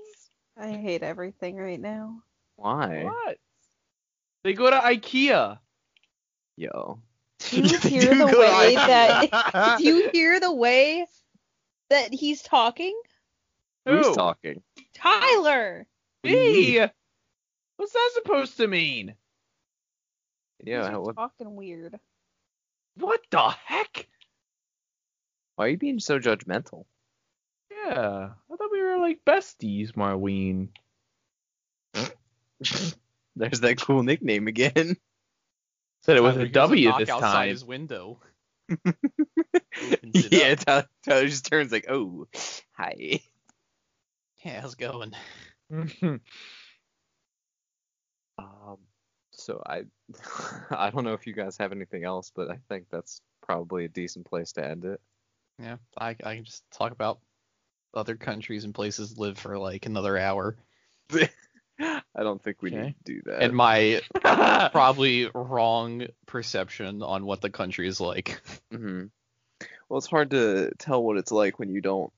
S4: I hate everything right now.
S1: Why?
S3: What? They go to IKEA.
S1: Yo.
S4: Do you hear the way that do you hear the way that he's talking?
S1: Who's
S3: Who?
S1: talking?
S4: Tyler.
S3: Me. What's that supposed to mean?
S1: Yeah,
S4: He's
S1: what,
S4: talking weird.
S3: What the heck?
S1: why are you being so judgmental?
S3: Yeah. I thought we were like besties, Marween.
S1: There's that cool nickname again.
S3: Said it was
S2: Tyler
S3: a
S2: hears
S3: W
S2: knock
S3: this
S2: outside
S3: time.
S2: his window.
S1: yeah, Tyler, Tyler just turns like, oh, hi.
S5: Yeah, how's it going?
S1: Um, so I, I don't know if you guys have anything else, but I think that's probably a decent place to end it.
S2: Yeah, I, I can just talk about other countries and places live for like another hour.
S1: I don't think we
S2: Okay.
S1: need to do that.
S2: And my
S3: Mhm.
S2: probably wrong perception on what the country is like.
S1: hmm Well, it's hard to tell what it's like when you don't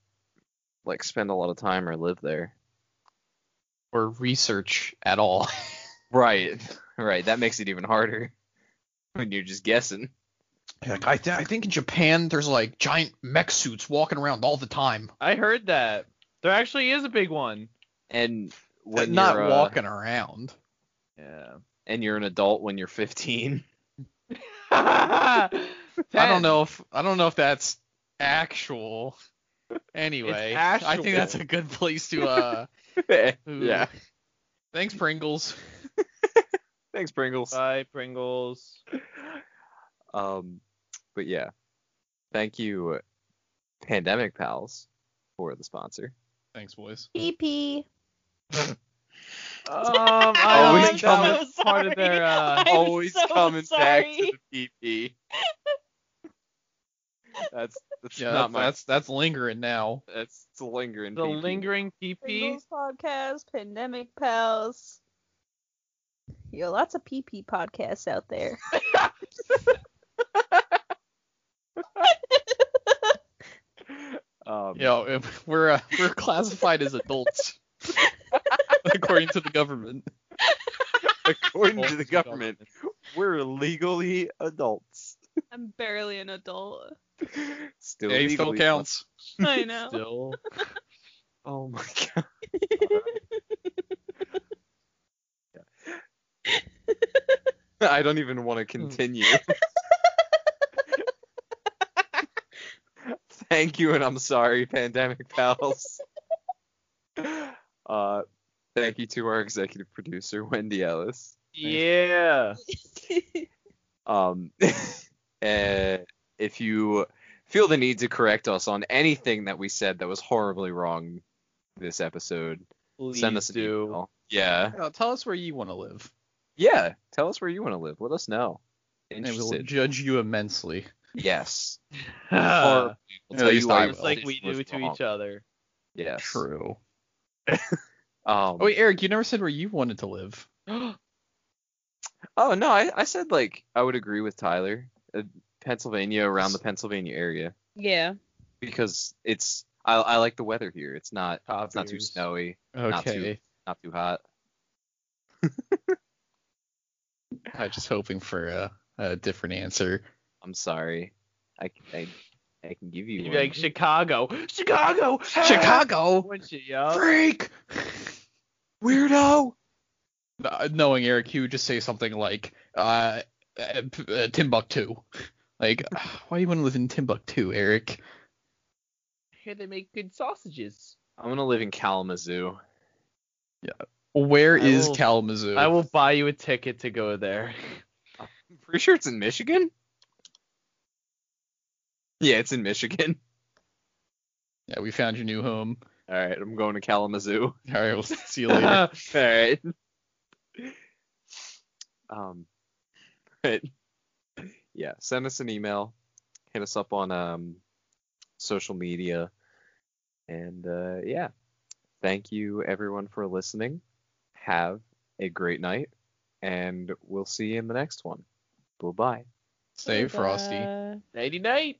S1: like spend a lot of time or live there.
S2: or research at all.
S1: Right. Right. That makes it even harder when you're just guessing.
S2: Like, I, th- I think in Japan there's like giant mech suits walking around all the time.
S3: I heard that. There actually is a big one.
S1: And when
S2: not
S1: you're, uh,
S2: walking around.
S3: Yeah.
S1: and you're an adult when you're 15.
S2: I don't know if I don't know if that's actual. Anyway, I think that's
S3: actual.
S2: a good place to uh. ooh.
S1: yeah.
S2: Thanks Pringles.
S1: Thanks, Pringles.
S3: Bye, Pringles.
S1: Um, but yeah, thank you, uh, Pandemic Pals, for the sponsor.
S2: Thanks boys.
S4: PP.
S3: Um, I
S1: Always
S3: always come
S1: Oh, coming-
S3: part of their. Uh,
S4: I'm Always so coming back to sorry.
S1: the PP. that's that's
S2: Yeah,
S1: not
S2: that's, that's that's lingering now.
S1: my that's it's a lingering.
S3: the
S1: PP.
S3: lingering PP.
S4: Pringles podcast, pandemic pals. Yo, lots of PP podcasts out there.
S1: Um,
S2: You know, if we're uh, we're classified as adults according to the government.
S1: according to the
S2: Adults are
S1: government, we're legally adults.
S4: I'm barely an adult.
S1: Still,
S2: Yeah, he still
S1: legally
S2: counts.
S4: I know.
S3: Still.
S1: Oh my god. I don't even want to continue. Thank you, and I'm sorry, Pandemic Pals. Uh, thank you to our executive producer, Wendy Ellis.
S3: Yeah.
S1: Um, uh, if you feel the need to correct us on anything that we said that was horribly wrong this episode,
S3: Please
S1: send us an
S3: do.
S1: email. Yeah.
S2: Uh, tell us where you want to live.
S1: Yeah. Tell us where you want to live. Let us know.
S2: And we'll
S1: Interested.
S2: judge you immensely.
S1: Yes.
S3: Or-
S1: We'll
S2: At
S1: tell
S2: least
S1: you why
S2: I
S1: we
S3: Just
S2: will.
S3: Uh, like
S1: did
S3: we
S1: was
S3: do to
S1: wrong.
S3: each other.
S1: Yes.
S2: True.
S1: Um,
S2: Oh wait, Eric, you never said where you wanted to live.
S1: oh, no. I, I said, like, I would agree with Tyler. Uh, Pennsylvania, around the Pennsylvania area.
S4: yeah.
S1: Because it's, I, I like the weather here. It's not, it's not too
S3: Copiers.
S1: snowy,
S2: Okay.
S1: not too hot.
S2: I was just hoping for a, a different answer.
S1: I'm sorry. I, I, I can give you one.
S3: You'd be like Chicago. Chicago.
S2: Chicago,
S3: Wouldn't you, yo?
S2: freak.
S1: Weirdo!
S2: Uh, Knowing Eric, he would just say something like, uh, uh, p- uh, Timbuktu. Like, "Ah, why do you want to live in Timbuktu, Eric?
S3: Here they make good sausages.
S1: I'm going to live in Kalamazoo.
S2: Where
S3: I
S2: is
S3: will-
S2: Kalamazoo?
S3: I will buy you a ticket to go there.
S1: I'm pretty sure it's in Michigan. Yeah, it's in Michigan.
S2: Yeah, we found your new home.
S1: All right, I'm going to Kalamazoo.
S2: All right, we'll see you
S3: All
S2: later.
S3: right.
S1: Um, but yeah, send us an email, hit us up on um, social media, and uh, yeah, thank you everyone for listening. Have a great night, and we'll see you in the next one. Bye bye.
S2: Stay frosty.
S4: Uh,
S3: Nighty night.